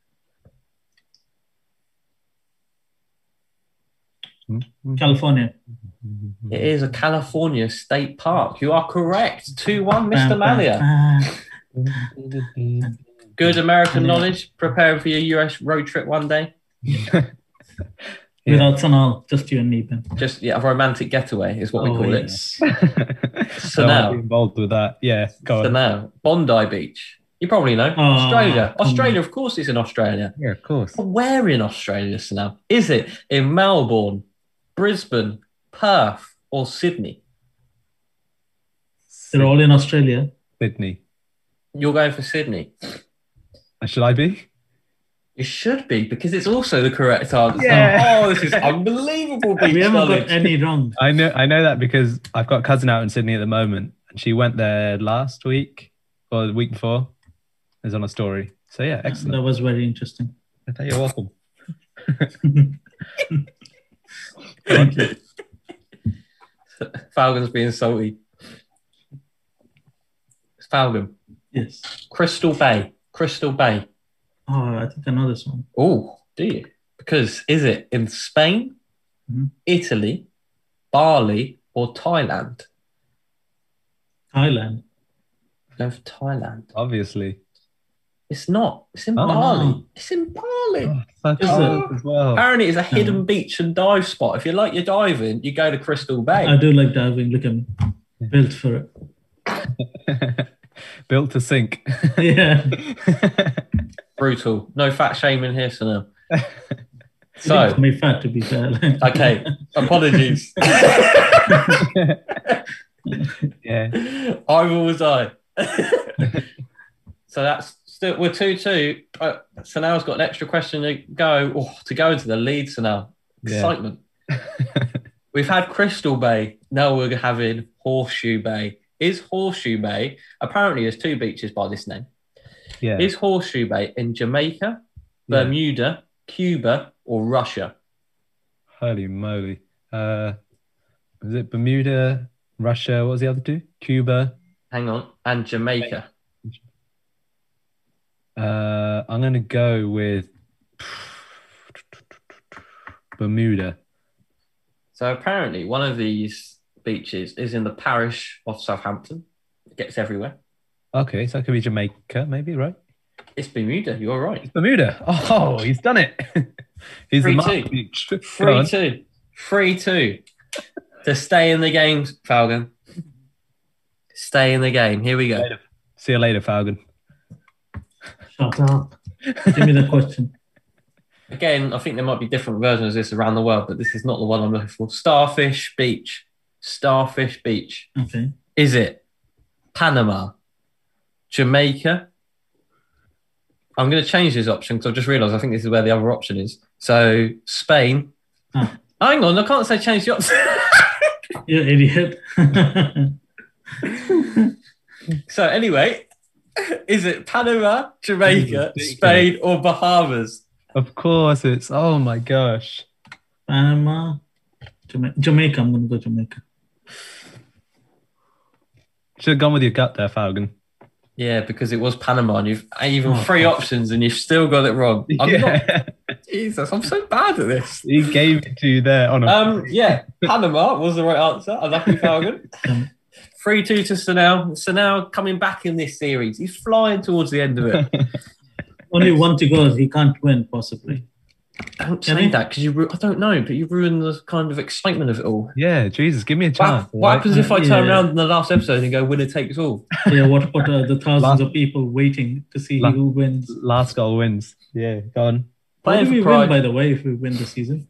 Speaker 3: California.
Speaker 1: It
Speaker 3: Mm.
Speaker 1: is a California state park. You are correct. 2 1, Mr.
Speaker 3: Bam, bam,
Speaker 1: Malia.
Speaker 3: bam.
Speaker 1: Good American
Speaker 3: Yeah.
Speaker 1: knowledge. Preparing for your US road trip one day.
Speaker 2: Yeah.
Speaker 3: Without Sanal, just you and me, Ben.
Speaker 1: Just yeah, a romantic getaway is
Speaker 3: Oh,
Speaker 1: what we call it.
Speaker 3: yes.
Speaker 2: so
Speaker 1: now-
Speaker 2: I'll be involved with that. Yeah, go
Speaker 1: So
Speaker 2: on.
Speaker 1: now, Bondi Beach. You probably know.
Speaker 3: Oh,
Speaker 1: Australia.
Speaker 3: come
Speaker 1: Australia, of course, it's in Australia.
Speaker 2: Yeah, of course.
Speaker 1: But where in Australia, Sanam? Is it in Melbourne, Brisbane, Perth, or Sydney?
Speaker 3: They're all in Australia.
Speaker 2: Sydney.
Speaker 1: You're going for Sydney.
Speaker 2: Uh, Should I be?
Speaker 1: It should be because it's also the correct answer.
Speaker 2: Yeah.
Speaker 1: Oh, this is unbelievable beach
Speaker 3: We haven't got
Speaker 1: knowledge.
Speaker 3: any wrong.
Speaker 2: I know I know that because I've got a cousin out in Sydney at the moment, and she went there last week or the week before. Is on a story. So yeah,
Speaker 3: That
Speaker 2: excellent.
Speaker 3: was very interesting.
Speaker 2: I tell you, You're welcome.
Speaker 3: Thank you.
Speaker 1: Falcon's being salty. It's Falcon.
Speaker 3: Yes.
Speaker 1: Crystal Bay. Crystal Bay.
Speaker 3: Oh, I think I know this one.
Speaker 1: Oh, do you? Because is it in Spain,
Speaker 2: Mm-hmm.
Speaker 3: Mhm.
Speaker 1: Italy, Bali, or Thailand?
Speaker 3: Thailand.
Speaker 1: No, for Thailand.
Speaker 2: Obviously.
Speaker 1: It's not. It's in
Speaker 2: Oh.
Speaker 1: Bali. It's in Bali.
Speaker 2: Oh, fuck
Speaker 3: Is
Speaker 2: off as well.
Speaker 1: Apparently, it's a hidden beach and dive spot. If you like your diving, you go to Crystal Bay.
Speaker 3: I do like diving. Look, I'm built for it.
Speaker 2: Built to sink.
Speaker 3: Yeah.
Speaker 1: Brutal. No fat shaming here, Sanam.
Speaker 3: It's
Speaker 1: So,
Speaker 3: my fat to be fair. Like,
Speaker 1: okay. Apologies.
Speaker 2: yeah.
Speaker 1: I will die. so that's still we're two two. Uh, so now has got an extra question to go oh, to go into the lead. So now
Speaker 2: Yeah.
Speaker 1: excitement. We've had Crystal Bay. Now we're having Horseshoe Bay. Is Horseshoe Bay apparently there's two beaches by this name?
Speaker 2: Yeah.
Speaker 1: Is Horseshoe Bay in Jamaica,
Speaker 2: Yeah.
Speaker 1: Bermuda, Cuba, or Russia?
Speaker 2: Holy moly. Uh, was it Bermuda, Russia? What was the other two? Cuba.
Speaker 1: Hang on, and Jamaica.
Speaker 2: Uh, I'm going to go with Bermuda.
Speaker 1: So apparently, one of these beaches is in the parish of Southampton. It gets everywhere.
Speaker 2: Okay, so that could be Jamaica, maybe, right?
Speaker 1: It's Bermuda. You're right.
Speaker 2: Bermuda. Oh, he's done it. he's
Speaker 1: Three
Speaker 2: the master
Speaker 1: two.
Speaker 2: beach. Go
Speaker 1: Three
Speaker 2: on.
Speaker 1: two, three two. to stay in the game, Falcon. Stay in the game. Here we go.
Speaker 2: See you later, Falcon.
Speaker 3: shut up. Give me the question.
Speaker 1: Again, I think there might be different versions of this around the world, but this is not the one I'm looking for. Starfish Beach. Starfish Beach.
Speaker 3: Okay.
Speaker 1: Is it Panama, Jamaica? I'm going to change this option because I've just realised I think this is where the other option is. So Spain.
Speaker 3: Ah.
Speaker 1: Hang on, I can't say change the option.
Speaker 3: You idiot.
Speaker 1: so anyway, is it Panama, Jamaica,
Speaker 2: Jesus,
Speaker 1: Spain, or Bahamas?
Speaker 2: Of course, it's. Oh my gosh.
Speaker 3: Panama. uh, Jama- Jamaica. I'm going to go Jamaica.
Speaker 2: Should have gone with your gut there, Falcon.
Speaker 1: Yeah, because it was Panama, and you've even
Speaker 3: Oh,
Speaker 1: three options, and you've still got it wrong. I'm not,
Speaker 2: Yeah.
Speaker 1: Jesus, I'm so bad at this.
Speaker 2: he gave it to you there on a.
Speaker 1: Um, yeah, Panama was the right answer. I'm happy, Falcon.
Speaker 3: Um,
Speaker 1: Three two to Sanel. Sanel coming back in this series. He's flying towards the end of it.
Speaker 3: only one to go. He can't win, possibly.
Speaker 1: Don't
Speaker 3: Can
Speaker 1: say
Speaker 3: he?
Speaker 1: that because you. Ru- I don't know, but you ruined the kind of excitement of it all.
Speaker 2: yeah, Jesus, give me a
Speaker 1: What,
Speaker 2: chance.
Speaker 1: hap- what
Speaker 2: alright?
Speaker 1: happens if I turn
Speaker 3: Yeah.
Speaker 1: around in the last episode and go winner takes all?
Speaker 3: Yeah, what what are the thousands
Speaker 2: Last-
Speaker 3: of people waiting to see
Speaker 2: Last-
Speaker 3: who wins?
Speaker 2: Last goal wins. Yeah, go on.
Speaker 3: What
Speaker 1: Playing
Speaker 3: do
Speaker 1: for
Speaker 3: we win,
Speaker 1: pride.
Speaker 3: by the way, if we win the season?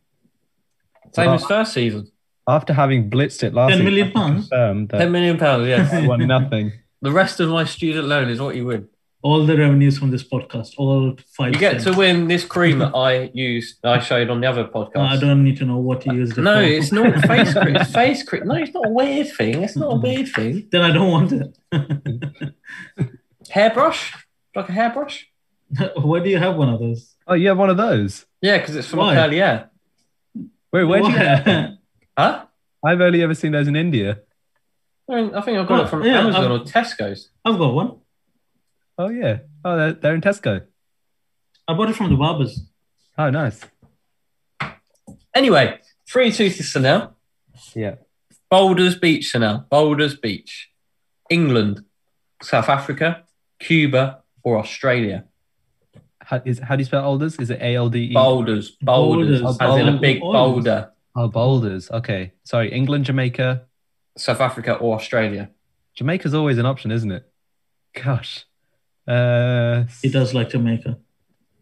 Speaker 1: Same
Speaker 2: Well,
Speaker 1: as first season.
Speaker 2: After having blitzed it last
Speaker 3: 10
Speaker 2: week,
Speaker 3: million
Speaker 2: I can
Speaker 3: pounds?
Speaker 2: confirm that
Speaker 1: Ten million pounds.
Speaker 2: I
Speaker 1: Yes.
Speaker 2: won nothing.
Speaker 1: the rest of my student loan is what you win.
Speaker 3: All the revenues from this podcast, all five.
Speaker 1: You get to
Speaker 3: cents.
Speaker 1: win this cream that I used. that I showed on the other podcast.
Speaker 3: I don't need to know what you used it
Speaker 1: no,
Speaker 3: for.
Speaker 1: it's not face cream. It's face cream. No, it's not a weird thing. It's not a weird thing.
Speaker 3: then I don't want it.
Speaker 1: Hairbrush, like a hairbrush.
Speaker 3: Why do you have one of those?
Speaker 2: Oh, you have one of those.
Speaker 1: Yeah, because it's from
Speaker 3: Why?
Speaker 1: my curly hair.
Speaker 2: Wait, where'd you get? that?
Speaker 3: Why?
Speaker 1: Huh?
Speaker 2: I've only ever seen those in India.
Speaker 1: I, mean, I think I got
Speaker 3: Oh,
Speaker 1: it from
Speaker 3: yeah,
Speaker 1: Amazon
Speaker 3: I-
Speaker 1: or Tesco's.
Speaker 3: I've got one.
Speaker 2: Oh yeah. Oh, they're, they're in Tesco.
Speaker 3: I bought it from the barbers.
Speaker 2: Oh, nice.
Speaker 1: Anyway, three two to Sanel.
Speaker 2: Yeah.
Speaker 1: Boulders Beach, Sanel. Boulders Beach, England, South Africa, Cuba, or Australia.
Speaker 2: How, is, how do you spell alders? Is it A L D E?
Speaker 1: Boulders, boulders,
Speaker 3: Boulders.
Speaker 1: as in a big
Speaker 3: Boulders.
Speaker 1: boulder.
Speaker 2: Oh, boulders. Okay. Sorry, England, Jamaica.
Speaker 1: South Africa or Australia.
Speaker 2: Jamaica's always an option, isn't it? Gosh. Uh,
Speaker 3: He does like Jamaica.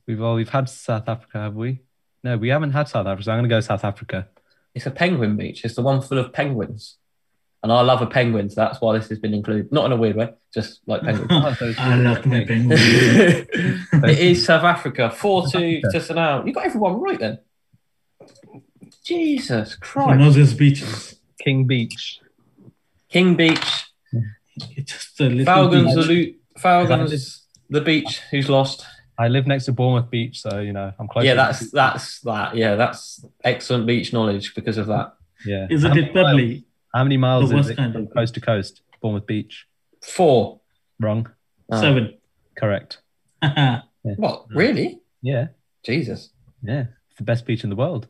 Speaker 2: We've all we've had South Africa, have we? No, we haven't had South Africa. So I'm going to go South Africa.
Speaker 1: It's a penguin beach. It's the one full of penguins. And I love a penguin, so that's why this has been included. Not in a weird way, just like penguins.
Speaker 2: Oh, so it's-
Speaker 3: I love my penguins.
Speaker 1: it is South Africa. 4 2 to Sanal. You got everyone right then. Jesus
Speaker 3: he
Speaker 1: Christ.
Speaker 3: knows his beaches.
Speaker 2: King Beach.
Speaker 1: King Beach.
Speaker 3: It's just a little
Speaker 1: Falcons the
Speaker 3: beach.
Speaker 1: loot. Falcons the beach. Who's lost?
Speaker 2: I live next to Bournemouth Beach, so you know I'm close.
Speaker 1: Yeah,
Speaker 2: to-
Speaker 1: that's that's that. Yeah, that's excellent beach knowledge because of that.
Speaker 2: yeah.
Speaker 3: Isn't
Speaker 2: how,
Speaker 3: it bubbly?
Speaker 2: How many miles
Speaker 3: The
Speaker 2: is
Speaker 3: worst
Speaker 2: it
Speaker 3: kind
Speaker 2: from
Speaker 3: of-
Speaker 2: coast to coast? Bournemouth Beach.
Speaker 1: Four.
Speaker 2: Wrong.
Speaker 1: Ah.
Speaker 3: Seven.
Speaker 2: Correct.
Speaker 1: What? Really?
Speaker 2: Yeah,
Speaker 1: Jesus.
Speaker 2: yeah. It's the best beach in the world.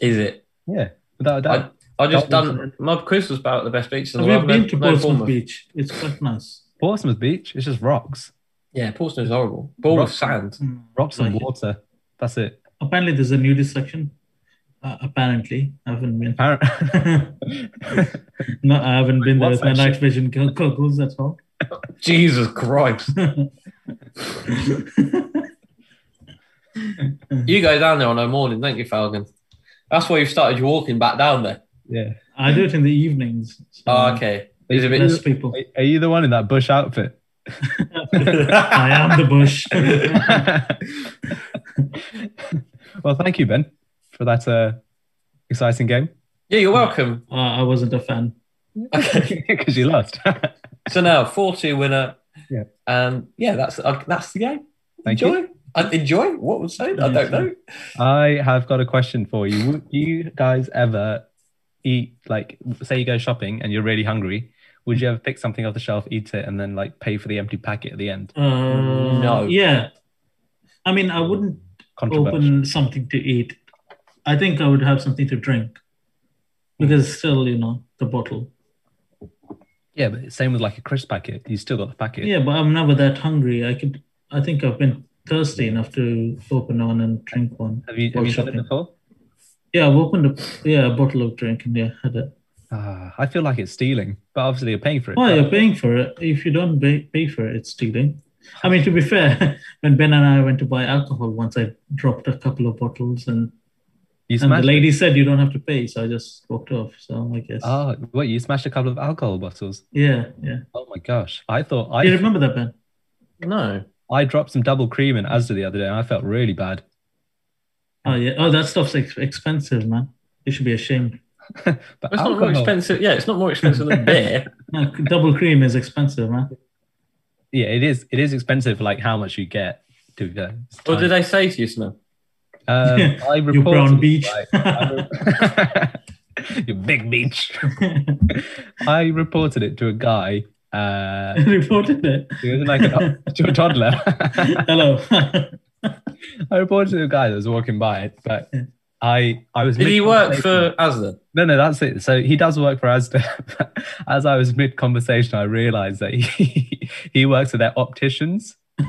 Speaker 1: Is it?
Speaker 2: Yeah, without a
Speaker 1: I,
Speaker 2: doubt.
Speaker 1: I just
Speaker 2: That was-
Speaker 1: done. My quiz was about the best beaches in the
Speaker 3: We've
Speaker 1: world.
Speaker 3: been to
Speaker 1: No,
Speaker 3: Portsmouth
Speaker 1: Bournemouth.
Speaker 3: Beach. It's quite nice.
Speaker 2: Portsmouth Beach, it's just rocks,
Speaker 1: Yeah, Portsmouth's horrible. Ball
Speaker 2: Rock-
Speaker 1: of sand.
Speaker 3: Mm.
Speaker 2: rocks and
Speaker 3: Like it.
Speaker 2: water. That's it.
Speaker 3: Apparently, there's a nudist section. Uh, apparently, I haven't been.
Speaker 2: Apparently.
Speaker 3: no, I haven't been there
Speaker 2: What
Speaker 3: with my
Speaker 2: section?
Speaker 3: night vision go- goggles. That's all.
Speaker 1: Jesus Christ. You go down there on a morning, don't you, Falcon? That's why you've started your walking back down there.
Speaker 2: yeah.
Speaker 3: I do it in the evenings. so
Speaker 1: Oh, okay. He's a
Speaker 3: Less
Speaker 1: bit.
Speaker 3: people.
Speaker 2: Are, are you the one in that bush outfit?
Speaker 3: I am the bush. Uh,
Speaker 2: well, thank you, Ben, for that uh, exciting game.
Speaker 1: Yeah, you're welcome.
Speaker 3: Uh, I wasn't a fan.
Speaker 1: Okay.
Speaker 2: Because you lost.
Speaker 1: So now, four-two winner.
Speaker 2: Yeah.
Speaker 1: Um. Yeah, that's uh, that's the game.
Speaker 2: Thank
Speaker 1: enjoy. I, enjoy. What was said? I don't know.
Speaker 2: I have got a question for you. Would you guys ever eat, like, say you go shopping and you're really hungry? Would you ever pick something off the shelf, eat it, and then like pay for the empty packet at the end?
Speaker 3: Uh,
Speaker 1: No.
Speaker 3: Yeah. I mean, I wouldn't
Speaker 2: Controversial.
Speaker 3: open something to eat. I think I would have something to drink because still, you know, the bottle.
Speaker 2: Yeah, but same with like a crisp packet. You still got the packet.
Speaker 3: Yeah, but I'm never that hungry. I could. I think I've been thirsty enough to open one and drink one.
Speaker 2: Have you,
Speaker 3: Or
Speaker 2: have you done it
Speaker 3: shopping.
Speaker 2: before?
Speaker 3: Yeah, I've opened a yeah a bottle of drink and yeah had it.
Speaker 2: Ah, I feel like it's stealing, but obviously you're paying for it.
Speaker 3: Well, you're paying for it. If you don't pay, pay for it, it's stealing. I mean, to be fair, when Ben and I went to buy alcohol once, I dropped a couple of bottles, and,
Speaker 2: you
Speaker 3: and the
Speaker 2: smashed.
Speaker 3: lady said you don't have to pay, so I just walked off. So I guess,
Speaker 2: Oh, what? You smashed a couple of alcohol bottles.
Speaker 3: yeah, yeah.
Speaker 2: Oh my gosh! I thought
Speaker 3: you
Speaker 2: I
Speaker 3: remember that, Ben?
Speaker 1: No.
Speaker 2: I dropped some double cream in Asda the other day, and I felt really bad.
Speaker 3: Oh yeah. Oh, that stuff's ex- expensive, man. You should be ashamed.
Speaker 2: But
Speaker 1: It's not more
Speaker 2: alcohol-
Speaker 1: expensive. Yeah, it's not more expensive than beer.
Speaker 3: No, c- double cream is expensive, man.
Speaker 2: Yeah, it is. It is expensive. Like how much you get to go.
Speaker 1: What did they say to you, Snow?
Speaker 2: Um, I reported,
Speaker 3: You brown beach.
Speaker 2: right, I re- you big beach. I reported it to a guy. Uh,
Speaker 3: Reported it.
Speaker 2: he was like an, to a toddler.
Speaker 3: Hello.
Speaker 2: I reported to a guy that was walking by, but I I was.
Speaker 1: Did he
Speaker 2: mid-
Speaker 1: work for Asda?
Speaker 2: No, no, that's it. So he does work for Asda. As I was mid conversation, I realised that he he works for their opticians.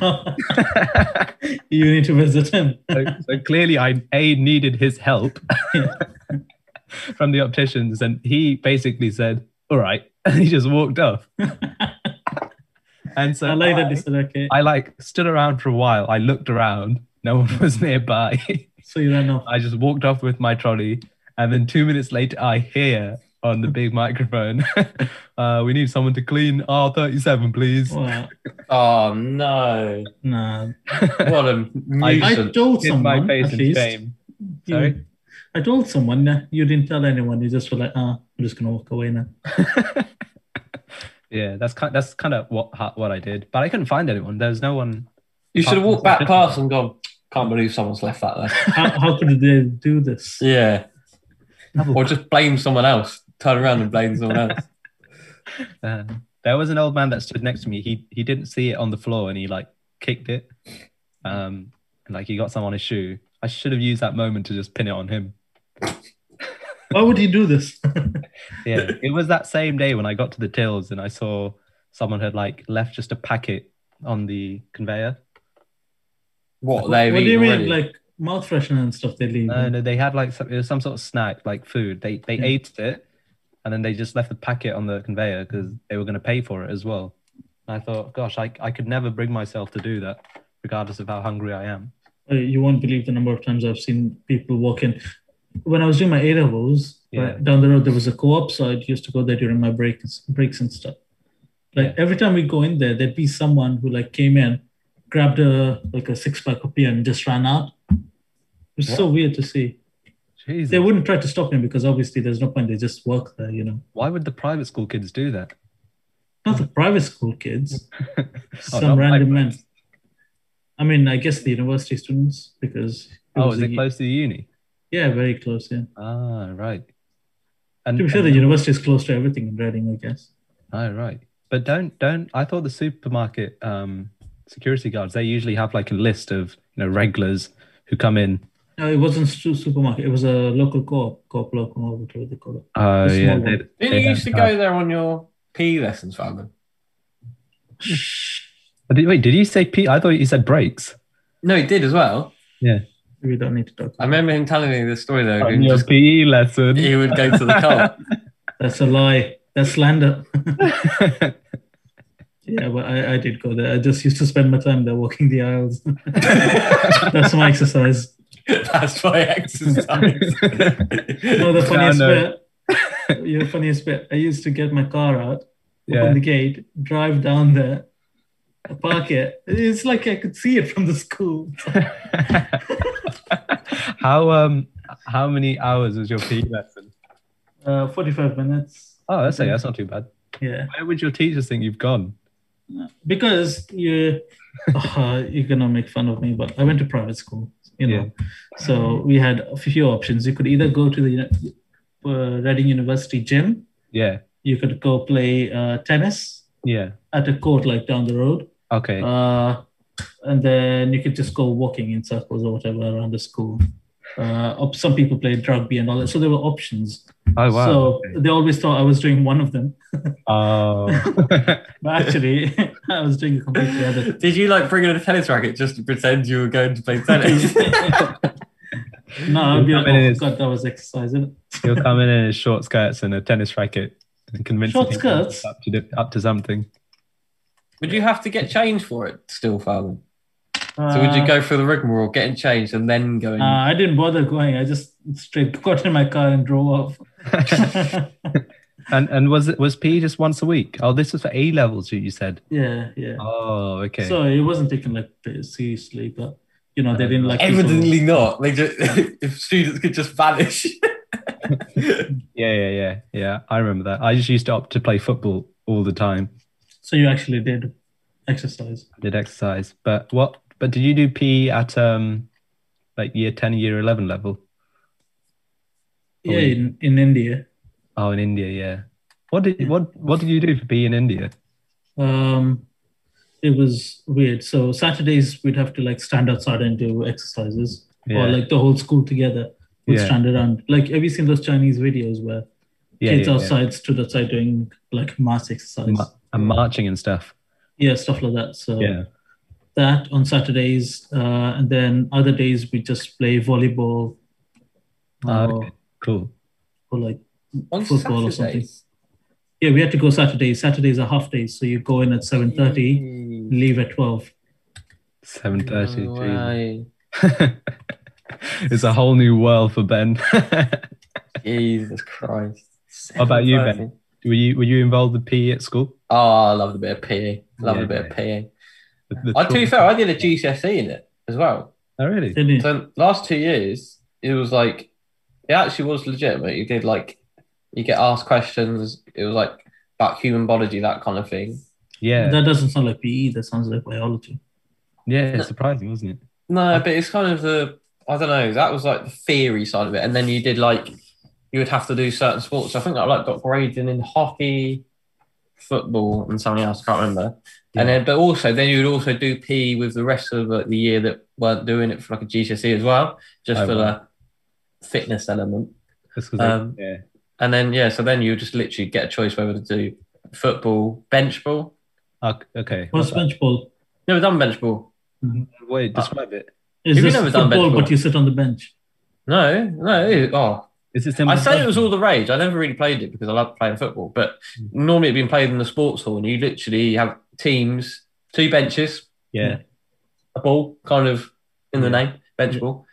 Speaker 3: you need to visit him.
Speaker 2: so, so clearly I a needed his help from the opticians, and he basically said, "All right," and he just walked off. and so
Speaker 3: I like that.
Speaker 2: I-
Speaker 3: You said okay.
Speaker 2: I like stood around for a while. I looked around; no one was nearby.
Speaker 3: So you ran off.
Speaker 2: I just walked off with my trolley, and then two minutes later, I hear on the big microphone, uh, "We need someone to clean R37, please."
Speaker 3: Wow.
Speaker 1: Oh no!
Speaker 3: Nah.
Speaker 1: What a
Speaker 3: I
Speaker 1: nuisance.
Speaker 3: told
Speaker 2: In
Speaker 3: someone.
Speaker 2: my face
Speaker 3: at
Speaker 2: in
Speaker 3: least.
Speaker 2: shame.
Speaker 3: You-
Speaker 2: Sorry?
Speaker 3: I told someone. uh, You didn't tell anyone. You just were like, ah, I'm just gonna walk away now.
Speaker 2: Yeah, that's kind. That's kind of what ha- what I did, but I couldn't find anyone. There was no one.
Speaker 1: You should have walked back past and gone. Can't believe someone's left that there.
Speaker 3: How, how could they do this?
Speaker 1: Yeah. Or just blame someone else. Turn around and blame someone else.
Speaker 2: Uh, there was an old man that stood next to me. He he didn't see it on the floor, and he like kicked it, um, and like he got some on his shoe. I should have used that moment to just pin it on him.
Speaker 3: Why would you do this?
Speaker 2: Yeah, it was that same day when I got to the tills and I saw someone had like left just a packet on the conveyor.
Speaker 1: What they've
Speaker 3: what do
Speaker 1: eaten
Speaker 3: you mean,
Speaker 1: already.
Speaker 3: like mouth freshener and stuff? They leave.
Speaker 2: No, no, they had like some, it was some sort of snack, like food. They they
Speaker 3: Yeah.
Speaker 2: ate it, and then they just left the packet on the conveyor because they were going to pay for it as well. And I thought, gosh, I I could never bring myself to do that, regardless of how hungry I am.
Speaker 3: Uh, You won't believe the number of times I've seen people walk in. When I was doing my A levels,
Speaker 2: Yeah.
Speaker 3: right, down the road there was a co-op, so I used to go there during my breaks, breaks and stuff. Like
Speaker 2: Yeah.
Speaker 3: every time we go in there, there'd be someone who like came in, grabbed a like a six pack of beer and just ran out. It was so weird to see.
Speaker 2: Jesus,
Speaker 3: They wouldn't try to stop him because obviously there's no point. They just work there, you know.
Speaker 2: why would the private school kids do that?
Speaker 3: Not the private school kids. Some
Speaker 2: Oh, not private.
Speaker 3: random men. I mean, I guess the university students because it
Speaker 2: Oh,
Speaker 3: was
Speaker 2: is
Speaker 3: a
Speaker 2: it
Speaker 3: ye-
Speaker 2: close to the uni?
Speaker 3: Yeah, very close. Yeah.
Speaker 2: Ah, right. And
Speaker 3: To be fair, the university is close to everything in Reading, I guess.
Speaker 2: Oh, right. But But don't don't. I thought the supermarket um, security guards they usually have like a list of you know regulars who come in.
Speaker 3: No, it wasn't su- supermarket. It was a local co-op, co-op local, or whatever they call it.
Speaker 2: Oh
Speaker 3: The
Speaker 2: yeah,
Speaker 3: small
Speaker 2: they,
Speaker 3: one.
Speaker 2: they
Speaker 1: Didn't you
Speaker 2: don't
Speaker 1: used to
Speaker 2: have-
Speaker 1: go there on your PE lessons, Falcon?
Speaker 3: Hmm.
Speaker 2: But did- Wait, did you say P? I thought you said breaks.
Speaker 1: No, he did as well.
Speaker 3: We don't need to talk.
Speaker 1: I remember him telling me this story though.
Speaker 2: On
Speaker 1: He,
Speaker 2: your
Speaker 1: just-
Speaker 2: PE lesson.
Speaker 1: he would go to the co-op.
Speaker 3: That's a lie. That's slander. yeah, but I, I did go there. I just used to spend my time there walking the aisles. That's my exercise.
Speaker 1: That's my exercise.
Speaker 3: No, the
Speaker 2: No,
Speaker 3: funniest
Speaker 2: no.
Speaker 3: bit. you know, the funniest bit. I used to get my car out,
Speaker 2: yeah.
Speaker 3: open the gate, drive down there, park it. It's like I could see it from the school.
Speaker 2: how um how many hours was your PE lesson?
Speaker 3: Uh, Forty-five minutes.
Speaker 2: Oh, that's okay. That's not too bad.
Speaker 3: Yeah,
Speaker 2: Where would your teachers think you've gone?
Speaker 3: because you uh, you're gonna make fun of me, but I went to private school. You know, so we had a few options. You could either go to the uh, Reading University gym.
Speaker 2: Yeah.
Speaker 3: You could go play uh, tennis
Speaker 2: Yeah.
Speaker 3: at a court like down the road.
Speaker 2: Okay.
Speaker 3: Uh, and then you could just go walking in circles or whatever around the school. Uh, op- some people played rugby and all that, so there were options.
Speaker 2: oh wow.
Speaker 3: so
Speaker 2: Okay.
Speaker 3: they always thought I was doing one of them,
Speaker 2: Oh.
Speaker 3: but actually I was doing a completely other.
Speaker 1: Did you like bring in a tennis racket just to pretend you were going to play tennis?
Speaker 3: No, I'd be
Speaker 2: Your
Speaker 3: like,
Speaker 2: feminine
Speaker 3: oh
Speaker 2: is-
Speaker 3: god, that was exercise. isn't it?"
Speaker 2: You'll come in in his short skirts and a tennis racket and convince the
Speaker 3: Short
Speaker 2: people that
Speaker 3: skirts?
Speaker 2: it's up to, di- up to something.
Speaker 1: would you have to get change for it still, Falcon? So would you
Speaker 3: Uh,
Speaker 1: go through the rigmarole, getting changed, and then going?
Speaker 3: Uh, I didn't bother going. I just straight got in my car and drove off.
Speaker 2: and and was it was PE just once a week? Oh, this was for A levels. You you said.
Speaker 3: yeah, yeah.
Speaker 2: Oh, okay.
Speaker 3: So it wasn't taken like seriously, but you know they didn't like. people-
Speaker 1: Evidently not. They just, if students could just vanish.
Speaker 2: yeah, yeah, yeah, yeah. I remember that. I just used to opt to play football all the time.
Speaker 3: So you actually did exercise.
Speaker 2: I did exercise, but what? But did you do PE at um, like year ten, year eleven level?
Speaker 1: Oh,
Speaker 3: Yeah,
Speaker 2: yeah.
Speaker 3: in, in India.
Speaker 2: Oh, in India, yeah. What did what what did you do for PE in India?
Speaker 3: Um, it was weird. So Saturdays we'd have to like stand outside and do exercises,
Speaker 2: Yeah,
Speaker 3: or like the whole school together would
Speaker 2: Yeah.
Speaker 3: stand around. Like have you seen those Chinese videos where
Speaker 2: yeah,
Speaker 3: kids
Speaker 2: yeah, yeah.
Speaker 3: outside stood outside doing like mass exercise?
Speaker 2: Ma- and marching and stuff.
Speaker 3: yeah, stuff like that. So
Speaker 2: Yeah,
Speaker 3: that on Saturdays, uh, and then other days we just play volleyball.
Speaker 2: Ah,
Speaker 3: or-
Speaker 2: okay. cool.
Speaker 3: or like
Speaker 1: On
Speaker 3: Football or
Speaker 1: Saturdays.
Speaker 3: yeah, we had to go Saturdays. Saturdays are half days, so you go in at seven thirty, leave at twelve.
Speaker 2: Seven thirty.
Speaker 1: No way.
Speaker 2: it's a whole new world for Ben. were
Speaker 1: Jesus Christ.
Speaker 2: What about you, Ben?
Speaker 1: 7:30.
Speaker 2: you were you involved with PE at school?
Speaker 1: Oh, I love the bit of PE. Love
Speaker 2: Yeah,
Speaker 1: the bit of
Speaker 2: yeah.
Speaker 1: PE.
Speaker 2: The- the
Speaker 1: I, Oh, to be
Speaker 2: tour-
Speaker 1: fair, I did a GCSE E in it as well.
Speaker 2: Oh, really?
Speaker 3: Didn't you?
Speaker 1: So last two years, it was like it actually was legitimate. You did like you get asked questions. It was like about human biology, that kind of thing.
Speaker 2: Yeah,
Speaker 3: That doesn't sound like PE. That sounds like biology.
Speaker 2: yeah. It's surprising, wasn't it?
Speaker 1: No, but it's kind of the I don't know. That was like the theory side of it, and then you did like you would have to do certain sports. I think I like got graded in hockey, football, and something else. I can't remember. And then, but also then you would also do PE with the rest of like, the year that weren't doing it for like a GCSE E as well, just
Speaker 2: Oh,
Speaker 1: for
Speaker 2: wow.
Speaker 1: the fitness element.
Speaker 2: That's 'cause they-
Speaker 1: Um,
Speaker 2: yeah.
Speaker 1: And then yeah, so then you just literally get a choice whether to do football, bench ball.
Speaker 2: Oh, okay.
Speaker 3: What's bench ball?
Speaker 1: Never done bench ball.
Speaker 2: Wait,
Speaker 1: uh,
Speaker 2: describe it.
Speaker 3: Is
Speaker 1: Have you
Speaker 3: this
Speaker 1: never done
Speaker 3: football,
Speaker 1: bench ball?
Speaker 3: but you sit on the bench?
Speaker 1: No, no. it- Oh,
Speaker 2: Is it similar?
Speaker 1: I
Speaker 2: to
Speaker 1: say it was
Speaker 2: basketball?
Speaker 1: all the rage. I never really played it because I love playing football. But normally it'd been played in the sports hall, and you literally have teams, two benches,
Speaker 2: Yeah.
Speaker 1: a ball, kind of in the name, bench ball.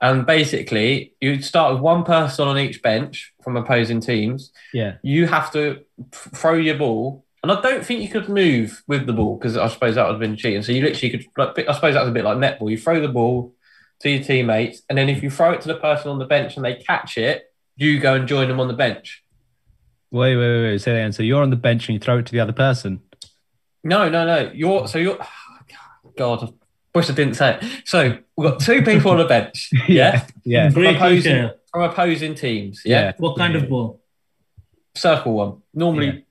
Speaker 1: And basically, you'd start with one person on each bench from opposing teams.
Speaker 2: Yeah.
Speaker 1: You have to f- throw your ball. And I don't think you could move with the ball because I suppose that would have been cheating. So you literally could, like, I suppose that's a bit like netball. You throw the ball to your teammates. And then if you throw it to the person on the bench and they catch it, you go and join them on the bench.
Speaker 2: Wait, wait, wait, wait. Say that again. So you're on the bench and you throw it to the other person.
Speaker 1: No, no, no. You're so you're. God, I wish I didn't say it. So we've got two people on the bench. Yeah,
Speaker 2: Yeah.
Speaker 3: Great
Speaker 1: Proposing.
Speaker 3: detail.
Speaker 1: from opposing teams. Yeah,
Speaker 3: What kind of ball?
Speaker 1: circle one. Normally,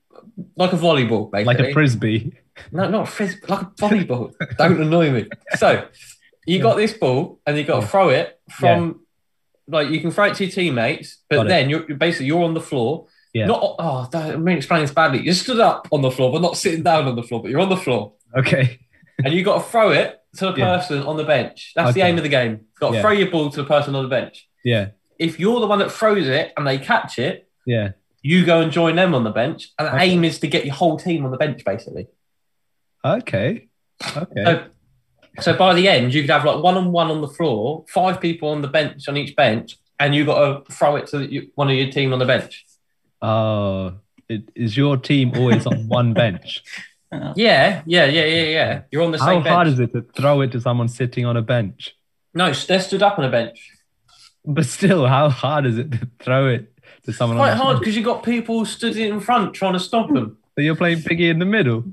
Speaker 1: like a volleyball, basically.
Speaker 2: like a frisbee.
Speaker 1: No, not a frisbee, like a volleyball. Don't annoy me. So you got this ball and you got to
Speaker 2: Yeah.
Speaker 1: throw it from like you can throw it to your teammates, but
Speaker 2: Got it.
Speaker 1: then you're you're basically you're on the floor.
Speaker 2: Yeah.
Speaker 1: Not oh, I mean explaining this badly. You stood up on the floor, but not sitting down on the floor, but you're on the floor.
Speaker 2: Okay.
Speaker 1: And you got to throw it to the
Speaker 2: Yeah.
Speaker 1: person on the bench. That's the
Speaker 2: Okay.
Speaker 1: aim of the game. Got to
Speaker 2: Yeah.
Speaker 1: throw your ball to the person on the bench.
Speaker 2: Yeah.
Speaker 1: If you're the one that throws it and they catch it,
Speaker 2: Yeah.
Speaker 1: you go and join them on the bench. And the
Speaker 2: Okay.
Speaker 1: aim is to get your whole team on the bench, basically.
Speaker 2: Okay. Okay.
Speaker 1: So, so by the end, you could have like one on one on the floor, five people on the bench on each bench, and you got to throw it to you- one of your team on the bench.
Speaker 2: Oh, it, is your team always on one bench?
Speaker 1: Yeah, yeah, yeah, yeah, yeah. You're on the
Speaker 2: How
Speaker 1: same bench.
Speaker 2: hard is it to throw it to someone sitting on a bench?
Speaker 1: No, they're stood up on a bench.
Speaker 2: But still, how hard is it to throw it to someone?
Speaker 1: Quite
Speaker 2: on a
Speaker 1: hard
Speaker 2: Bench?
Speaker 1: because you got people stood in front trying to stop them.
Speaker 2: So you're playing piggy in the middle.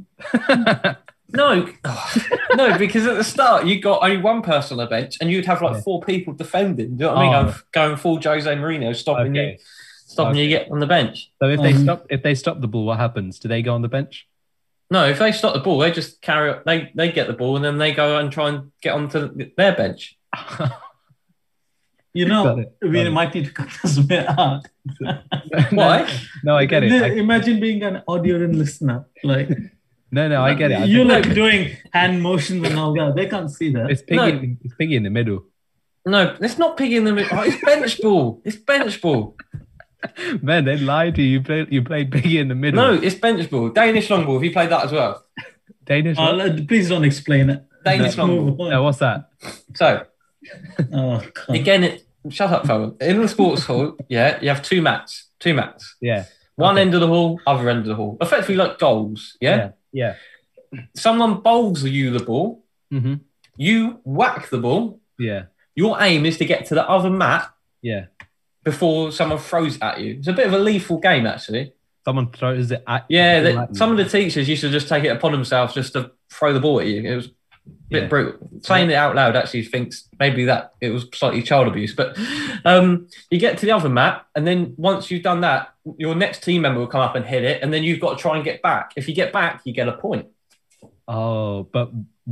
Speaker 1: No, no, because at the start you got only one person on the bench, and you'd have like
Speaker 2: Yeah.
Speaker 1: four people defending. Do you know what I mean?
Speaker 2: Oh.
Speaker 1: Going- Going full Jose Mourinho, stopping
Speaker 2: okay.
Speaker 1: you, stopping you
Speaker 2: Okay.
Speaker 1: get on the bench.
Speaker 2: So if they
Speaker 3: Um,
Speaker 2: stop, if they stop the ball, what happens? Do they go on the bench?
Speaker 1: No, if they stop the ball, they just carry. it- They they get the ball and then they go and try and get onto their bench.
Speaker 3: You
Speaker 2: Got
Speaker 3: know,
Speaker 2: it, got
Speaker 3: we
Speaker 2: it.
Speaker 3: might need to cut this bit out.
Speaker 1: Why?
Speaker 2: No, I get it. I-
Speaker 3: Imagine being an audio and listener. Like
Speaker 2: no, no, I get it. I
Speaker 3: You're
Speaker 2: think
Speaker 3: like doing hand motions and all that. They can't see that.
Speaker 2: it's piggy.
Speaker 1: No.
Speaker 2: in- It's piggy in the middle.
Speaker 1: No, it's not picking them. Oh, it's bench ball. It's bench ball.
Speaker 2: Man, they lied to you. You played, you played piggy in the middle.
Speaker 1: No, it's bench ball. Danish long ball. Have you played that as well?
Speaker 2: Danish.
Speaker 3: Uh, let- please don't explain it.
Speaker 1: Danish
Speaker 3: Let's
Speaker 1: long
Speaker 3: move
Speaker 1: ball.
Speaker 2: no,
Speaker 3: on.
Speaker 2: what's that?
Speaker 1: So
Speaker 2: Uh-huh.
Speaker 3: Oh, God.
Speaker 1: again, it shut up, Owen. In the sports hall, yeah, you have two mats. Two mats.
Speaker 2: Yeah,
Speaker 1: One
Speaker 2: Okay.
Speaker 1: end of the hall, other end of the hall. Effectively like goals. Yeah.
Speaker 2: Yeah. yeah.
Speaker 1: Someone bowls you the ball.
Speaker 2: hmm
Speaker 1: You whack the ball.
Speaker 2: Yeah,
Speaker 1: Your aim is to get to the other mat
Speaker 2: yeah.
Speaker 1: before someone throws at you. It's a bit of a lethal game, actually.
Speaker 2: Someone throws it at.
Speaker 1: Yeah,
Speaker 2: you.
Speaker 1: that, some of the teachers used to just take it upon themselves just to throw the ball at you. It was a bit
Speaker 2: Yeah.
Speaker 1: brutal. Saying it out loud actually thinks maybe that it was slightly child abuse. But um, you get to the other mat, and then once you've done that, your next team member will come up and hit it, and then you've got to try and get back. If you get back, you get a point.
Speaker 2: Oh, but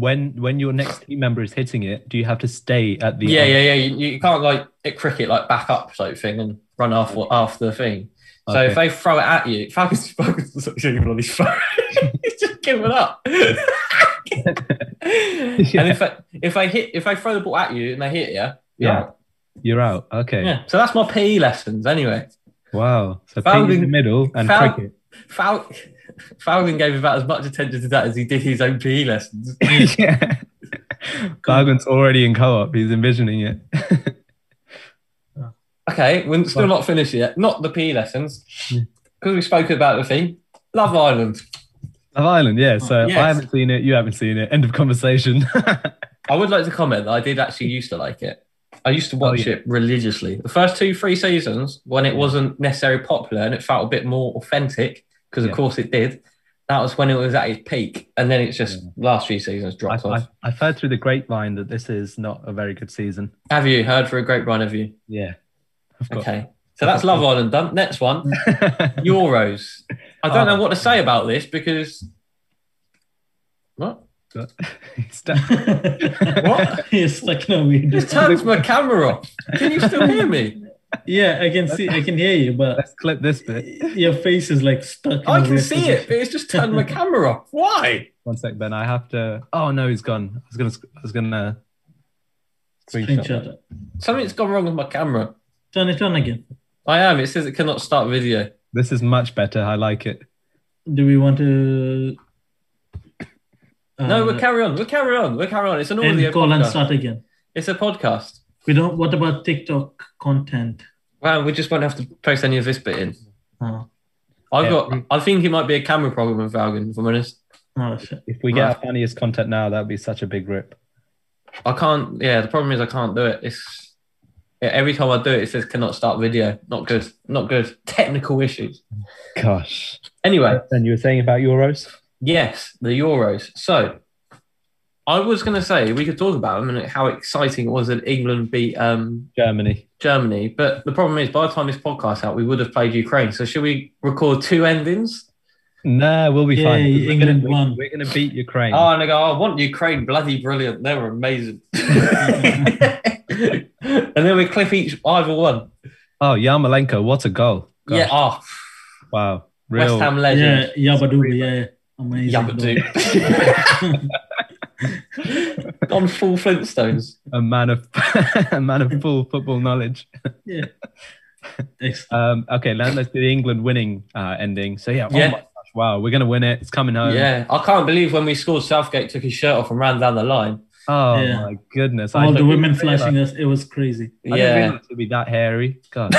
Speaker 2: when when your next team member is hitting it, do you have to stay at the?
Speaker 1: Yeah, yeah, yeah. You, you can't like at cricket like back up type thing and run off half the thing. So
Speaker 2: Okay.
Speaker 1: if they throw it at you, Falcons, Falcons is not even on his phone. He's just giving up. And if I if I hit if I throw the ball at you and they hit you, yeah,
Speaker 2: Yeah. You're out. Okay.
Speaker 1: yeah. So that's my PE lessons anyway.
Speaker 2: Wow. So
Speaker 1: Found
Speaker 2: ping in
Speaker 1: in-
Speaker 2: the middle and
Speaker 1: found-
Speaker 2: cricket.
Speaker 1: Fal- Falcon gave about as much attention to that as he did his own PE lessons.
Speaker 2: yeah. Bargain's already in co-op. He's envisioning it.
Speaker 1: Okay, we're still not finished yet. Not the PE lessons because we spoke about the thing. Love Island.
Speaker 2: Love Island. Yeah. So
Speaker 1: Yes.
Speaker 2: I haven't seen it. You haven't seen it. End of conversation.
Speaker 1: I would like to comment that I did actually used to like it. I used to watch
Speaker 2: Oh, yeah.
Speaker 1: it religiously. The first two, three seasons, when it wasn't necessarily popular and it felt a bit more authentic, because
Speaker 2: Yeah.
Speaker 1: of course it did, that was when it was at its peak. And then it's just
Speaker 2: Yeah.
Speaker 1: last few seasons
Speaker 2: I,
Speaker 1: dropped off.
Speaker 2: I, I've heard through the grapevine that this is not a very good season.
Speaker 1: Have you heard for a grapevine of you?
Speaker 2: Yeah. Of course.
Speaker 1: Okay. So that's Love Island done. Next one, Euros. I don't
Speaker 2: Oh.
Speaker 1: know what to say about this because. What?
Speaker 2: Sta-
Speaker 1: What?
Speaker 3: He's stuck in a weird.
Speaker 1: Just turned my camera off. Can you still hear me?
Speaker 3: Yeah, I can see. I can hear you, but
Speaker 2: Let's clip this bit.
Speaker 3: your face is like stuck. In
Speaker 1: I
Speaker 3: a
Speaker 1: can
Speaker 3: weird
Speaker 1: see it, but
Speaker 3: position.
Speaker 1: it's just turned my camera off. Why?
Speaker 2: One sec, Ben. I have to. Oh no, he's gone. I was gonna. I was gonna.
Speaker 3: Screenshot. it.
Speaker 1: Something's gone wrong with my camera.
Speaker 3: Turn it on again.
Speaker 1: I am. It says it cannot start video.
Speaker 2: This is much better. I like it.
Speaker 3: Do we want to? Uh,
Speaker 1: no, we'll carry on. We'll carry on. We'll carry on. It's an audio
Speaker 3: and call and
Speaker 1: podcast.
Speaker 3: start again.
Speaker 1: It's a podcast.
Speaker 3: We don't. What about TikTok content?
Speaker 1: Wow, we just won't have to post any of this bit in.
Speaker 3: Oh,
Speaker 1: I've
Speaker 2: Yeah.
Speaker 1: got. I think it might be a camera problem with Valgan. If I'm honest,
Speaker 3: oh shit.
Speaker 2: If we get our funniest content now, that'd be such a big rip.
Speaker 1: I can't. Yeah, the problem is I can't do it. It's yeah, every time I do it, it says cannot start video. Not good. Not good. Technical issues.
Speaker 2: Gosh.
Speaker 1: Anyway,
Speaker 2: And you were saying about Euros?
Speaker 1: yes, the Euros. So I was going to say we could talk about them and how exciting it was that England beat um,
Speaker 2: Germany.
Speaker 1: Germany. But the problem is, by the time this podcast out, we would have played Ukraine. So should we record two endings?
Speaker 2: Nah, we'll be fine.
Speaker 3: Yay,
Speaker 2: We're gonna,
Speaker 3: England
Speaker 2: we-
Speaker 3: won.
Speaker 2: we're gonna beat Ukraine.
Speaker 1: Oh, and I go, I want Ukraine bloody brilliant. They were amazing. and then we clip each either one.
Speaker 2: Oh, Yarmolenko, what a goal! Gosh,
Speaker 1: Yeah. Oh,
Speaker 2: Wow.
Speaker 1: West Ham
Speaker 2: Real.
Speaker 1: legend.
Speaker 3: Yeah, Yabba Dooba, yeah. Amazing.
Speaker 1: Yabadoo. On full Flintstones.
Speaker 2: A man of a man of full football knowledge.
Speaker 3: Ex-
Speaker 2: Um, okay, now let's do the England winning uh, ending. So yeah,
Speaker 1: Yeah.
Speaker 2: oh my gosh, wow, we're gonna win it. It's coming home.
Speaker 1: yeah. I can't believe when we scored, Southgate took his shirt off and ran down the line.
Speaker 2: Oh
Speaker 3: Yeah.
Speaker 2: my goodness.
Speaker 3: All the
Speaker 2: didn't
Speaker 3: women
Speaker 2: realise-
Speaker 3: flashing us, it was crazy.
Speaker 2: I didn't
Speaker 1: Yeah.
Speaker 2: realize it'd be that hairy. God.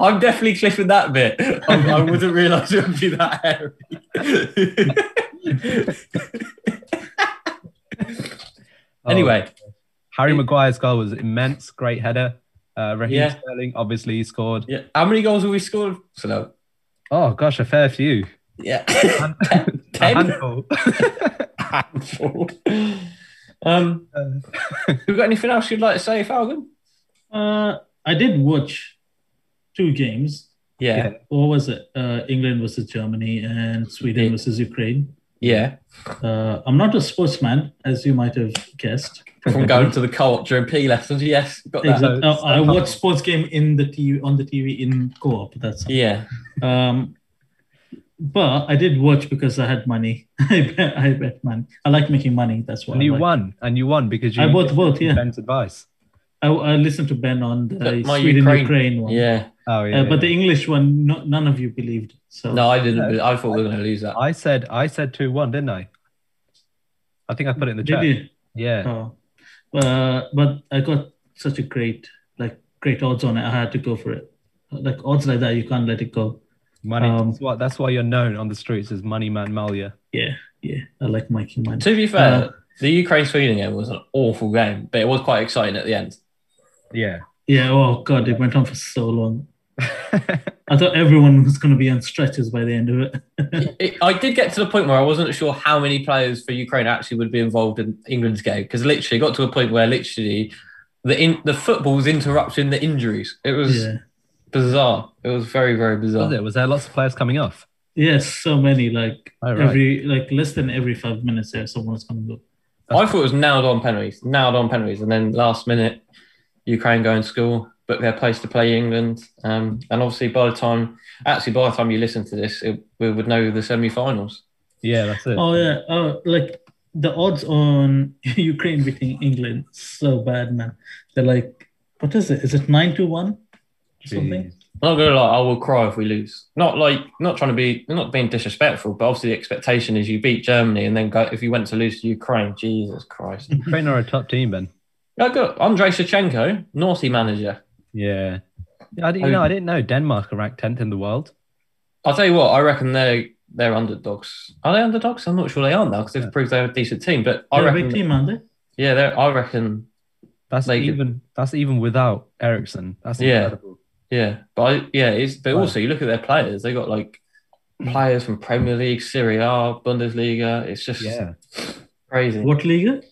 Speaker 1: I'm definitely clipping that bit. I, I wouldn't realise it would be that hairy.
Speaker 2: Oh,
Speaker 1: anyway,
Speaker 2: Harry Maguire's goal was immense. Great header. Uh, Raheem
Speaker 1: Yeah.
Speaker 2: Sterling obviously scored.
Speaker 1: yeah. how many goals have we scored? So no.
Speaker 2: Oh gosh, a fair few.
Speaker 1: Yeah.
Speaker 2: A
Speaker 1: Ten.
Speaker 2: handful.
Speaker 1: Handful. um, you got anything else you'd like to say, Falcon?
Speaker 3: Uh, I did watch two games.
Speaker 1: Yeah.
Speaker 3: What was it? Uh, England versus Germany and Sweden
Speaker 1: Yeah.
Speaker 3: versus Ukraine.
Speaker 1: Yeah.
Speaker 3: Uh, I'm not a sportsman, as you might have guessed.
Speaker 1: From going to the co-op during P lessons. Yes. Got that.
Speaker 3: Exactly.
Speaker 2: it's-
Speaker 3: uh, I watch sports game in the TV on the TV in co-op. That's
Speaker 1: Yeah.
Speaker 3: um, but I did watch because I had money. I bet I bet money. I like making money. That's why
Speaker 2: and
Speaker 3: I,
Speaker 2: you
Speaker 3: like.
Speaker 2: won. And you won because you
Speaker 3: I bought both. Yeah,
Speaker 2: Ben's advice.
Speaker 3: I, I listened to Ben on the
Speaker 1: Look, my
Speaker 3: Sweden Ukraine,
Speaker 1: Ukraine-
Speaker 3: one.
Speaker 1: Yeah.
Speaker 2: Oh yeah.
Speaker 3: Uh, but
Speaker 2: yeah.
Speaker 3: the English one, no, none of you believed. So
Speaker 1: No, I didn't. I thought we were going to lose that.
Speaker 2: I said I said two one, didn't I? I think I put it in the
Speaker 3: did
Speaker 2: chat.
Speaker 3: you?
Speaker 2: Yeah.
Speaker 3: Oh. Uh, but I got such a great, like, great odds on it. I had to go for it. Like odds like that, you can't let it go.
Speaker 2: Money
Speaker 3: Um,
Speaker 2: that's what that's why you're known on the streets as Money Man Malia.
Speaker 3: Yeah, yeah. I like making money.
Speaker 1: To be fair,
Speaker 3: Uh,
Speaker 1: the Ukraine Sweden game was an awful game, but it was quite exciting at the end.
Speaker 2: Yeah.
Speaker 3: Yeah. Oh God, it went on for so long. I thought everyone was going to be on stretchers by the end of it.
Speaker 1: It, I did get to the point where I wasn't sure how many players for Ukraine actually would be involved in England's game because literally it got to a point where literally the in, the football was interrupting the injuries. It was
Speaker 3: Yeah.
Speaker 1: bizarre. It was very very bizarre.
Speaker 2: was it? Was there lots of players coming off?
Speaker 3: Yes, so many. Like
Speaker 2: Oh, right.
Speaker 3: every, like less than every five minutes, there someone's coming up.
Speaker 1: I thought it was nailed on penalties, nailed on penalties, and then last minute Ukraine go and score, book their place to play England, um, and obviously by the time actually by the time you listen to this, it, we would know the semi-finals.
Speaker 2: Yeah, that's it.
Speaker 3: Oh yeah. Oh, like the odds on Ukraine beating England so bad, man. They're like, what is it? Is it nine to one? Or something.
Speaker 2: Jeez.
Speaker 1: I'm not gonna lie, I will cry if we lose. Not like not trying to be not being disrespectful, but obviously the expectation is you beat Germany and then go if you went to lose to Ukraine, Jesus Christ.
Speaker 2: Ukraine are a top team, Ben.
Speaker 1: I got Andrei Shevchenko, naughty manager.
Speaker 2: Yeah. I didn't,
Speaker 1: Oh.
Speaker 2: you
Speaker 3: Um,
Speaker 2: know, I didn't know Denmark are ranked tenth in the world.
Speaker 1: I'll tell you what, I reckon they're they're underdogs. Are they underdogs? I'm not sure they are now because they've proved they're a decent team. But I
Speaker 3: They're a
Speaker 1: reckon,
Speaker 3: big team, aren't they?
Speaker 1: yeah, they're, I reckon,
Speaker 2: That's
Speaker 1: They could-
Speaker 2: even that's even without Ericsson. That's
Speaker 1: Yeah.
Speaker 2: incredible.
Speaker 1: yeah. But I, yeah, it's but
Speaker 2: Wow.
Speaker 1: also you look at their players. They got like
Speaker 3: Mm.
Speaker 1: players from Premier League, Serie A, Bundesliga. It's just
Speaker 2: Yeah.
Speaker 1: crazy.
Speaker 3: What league?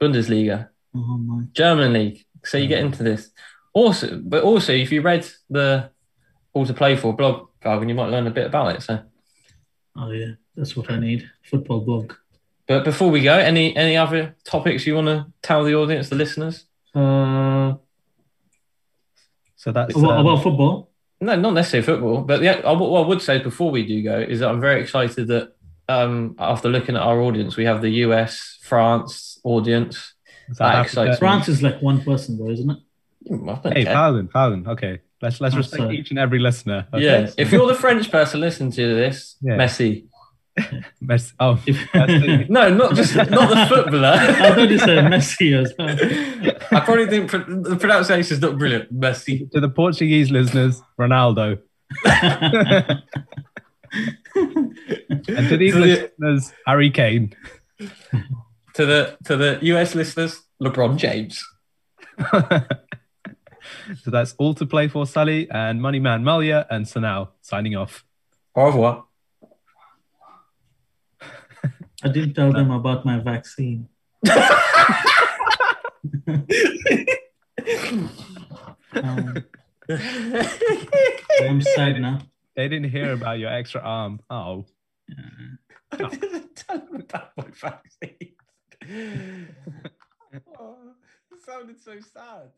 Speaker 1: Bundesliga.
Speaker 3: Oh my.
Speaker 1: German league. So you
Speaker 2: Mm.
Speaker 1: get into this. Also, but also, if you read the All to Play For blog, Falcon, you might learn a bit about it. So,
Speaker 3: Oh yeah. That's what I need. Football blog.
Speaker 1: but before we go, any any other topics you want to tell the audience, the listeners?
Speaker 3: Uh,
Speaker 2: So that's
Speaker 3: about,
Speaker 2: um,
Speaker 3: about football.
Speaker 1: No, not necessarily football. But yeah, I, what I would say before we do go is that I'm very excited that um, after looking at our audience, we have the US, France audience.
Speaker 2: South
Speaker 1: that
Speaker 2: Africa.
Speaker 1: excites me.
Speaker 3: France is like one person though, isn't it?
Speaker 1: I don't
Speaker 2: Hey,
Speaker 1: care.
Speaker 2: Fallon, Fallon. Okay, let's let's
Speaker 3: Oh,
Speaker 2: respect
Speaker 3: sorry.
Speaker 2: each and every listener. Okay?
Speaker 1: Yeah, if you're the French person listening to this,
Speaker 2: Yeah.
Speaker 1: Messi.
Speaker 2: Messi. Oh,
Speaker 3: If,
Speaker 2: That's it.
Speaker 1: No, not just not the
Speaker 3: I
Speaker 1: footballer.
Speaker 3: thought you said Messi as well.
Speaker 1: I probably didn't. Pro- the pronunciation is not brilliant. Messi.
Speaker 2: to the Portuguese listeners, Ronaldo, and to the
Speaker 1: To
Speaker 2: English
Speaker 1: the-
Speaker 2: listeners, Harry Kane.
Speaker 1: To the to the US listeners, LeBron James.
Speaker 2: so that's all to play for, Sally and Money Man Malia and Sanal signing off.
Speaker 1: Au revoir.
Speaker 3: I didn't tell them about my vaccine. Um, I'm sad now.
Speaker 2: They didn't hear about your extra arm. Oh,
Speaker 1: I didn't tell him about my vaccine. oh, it sounded so sad.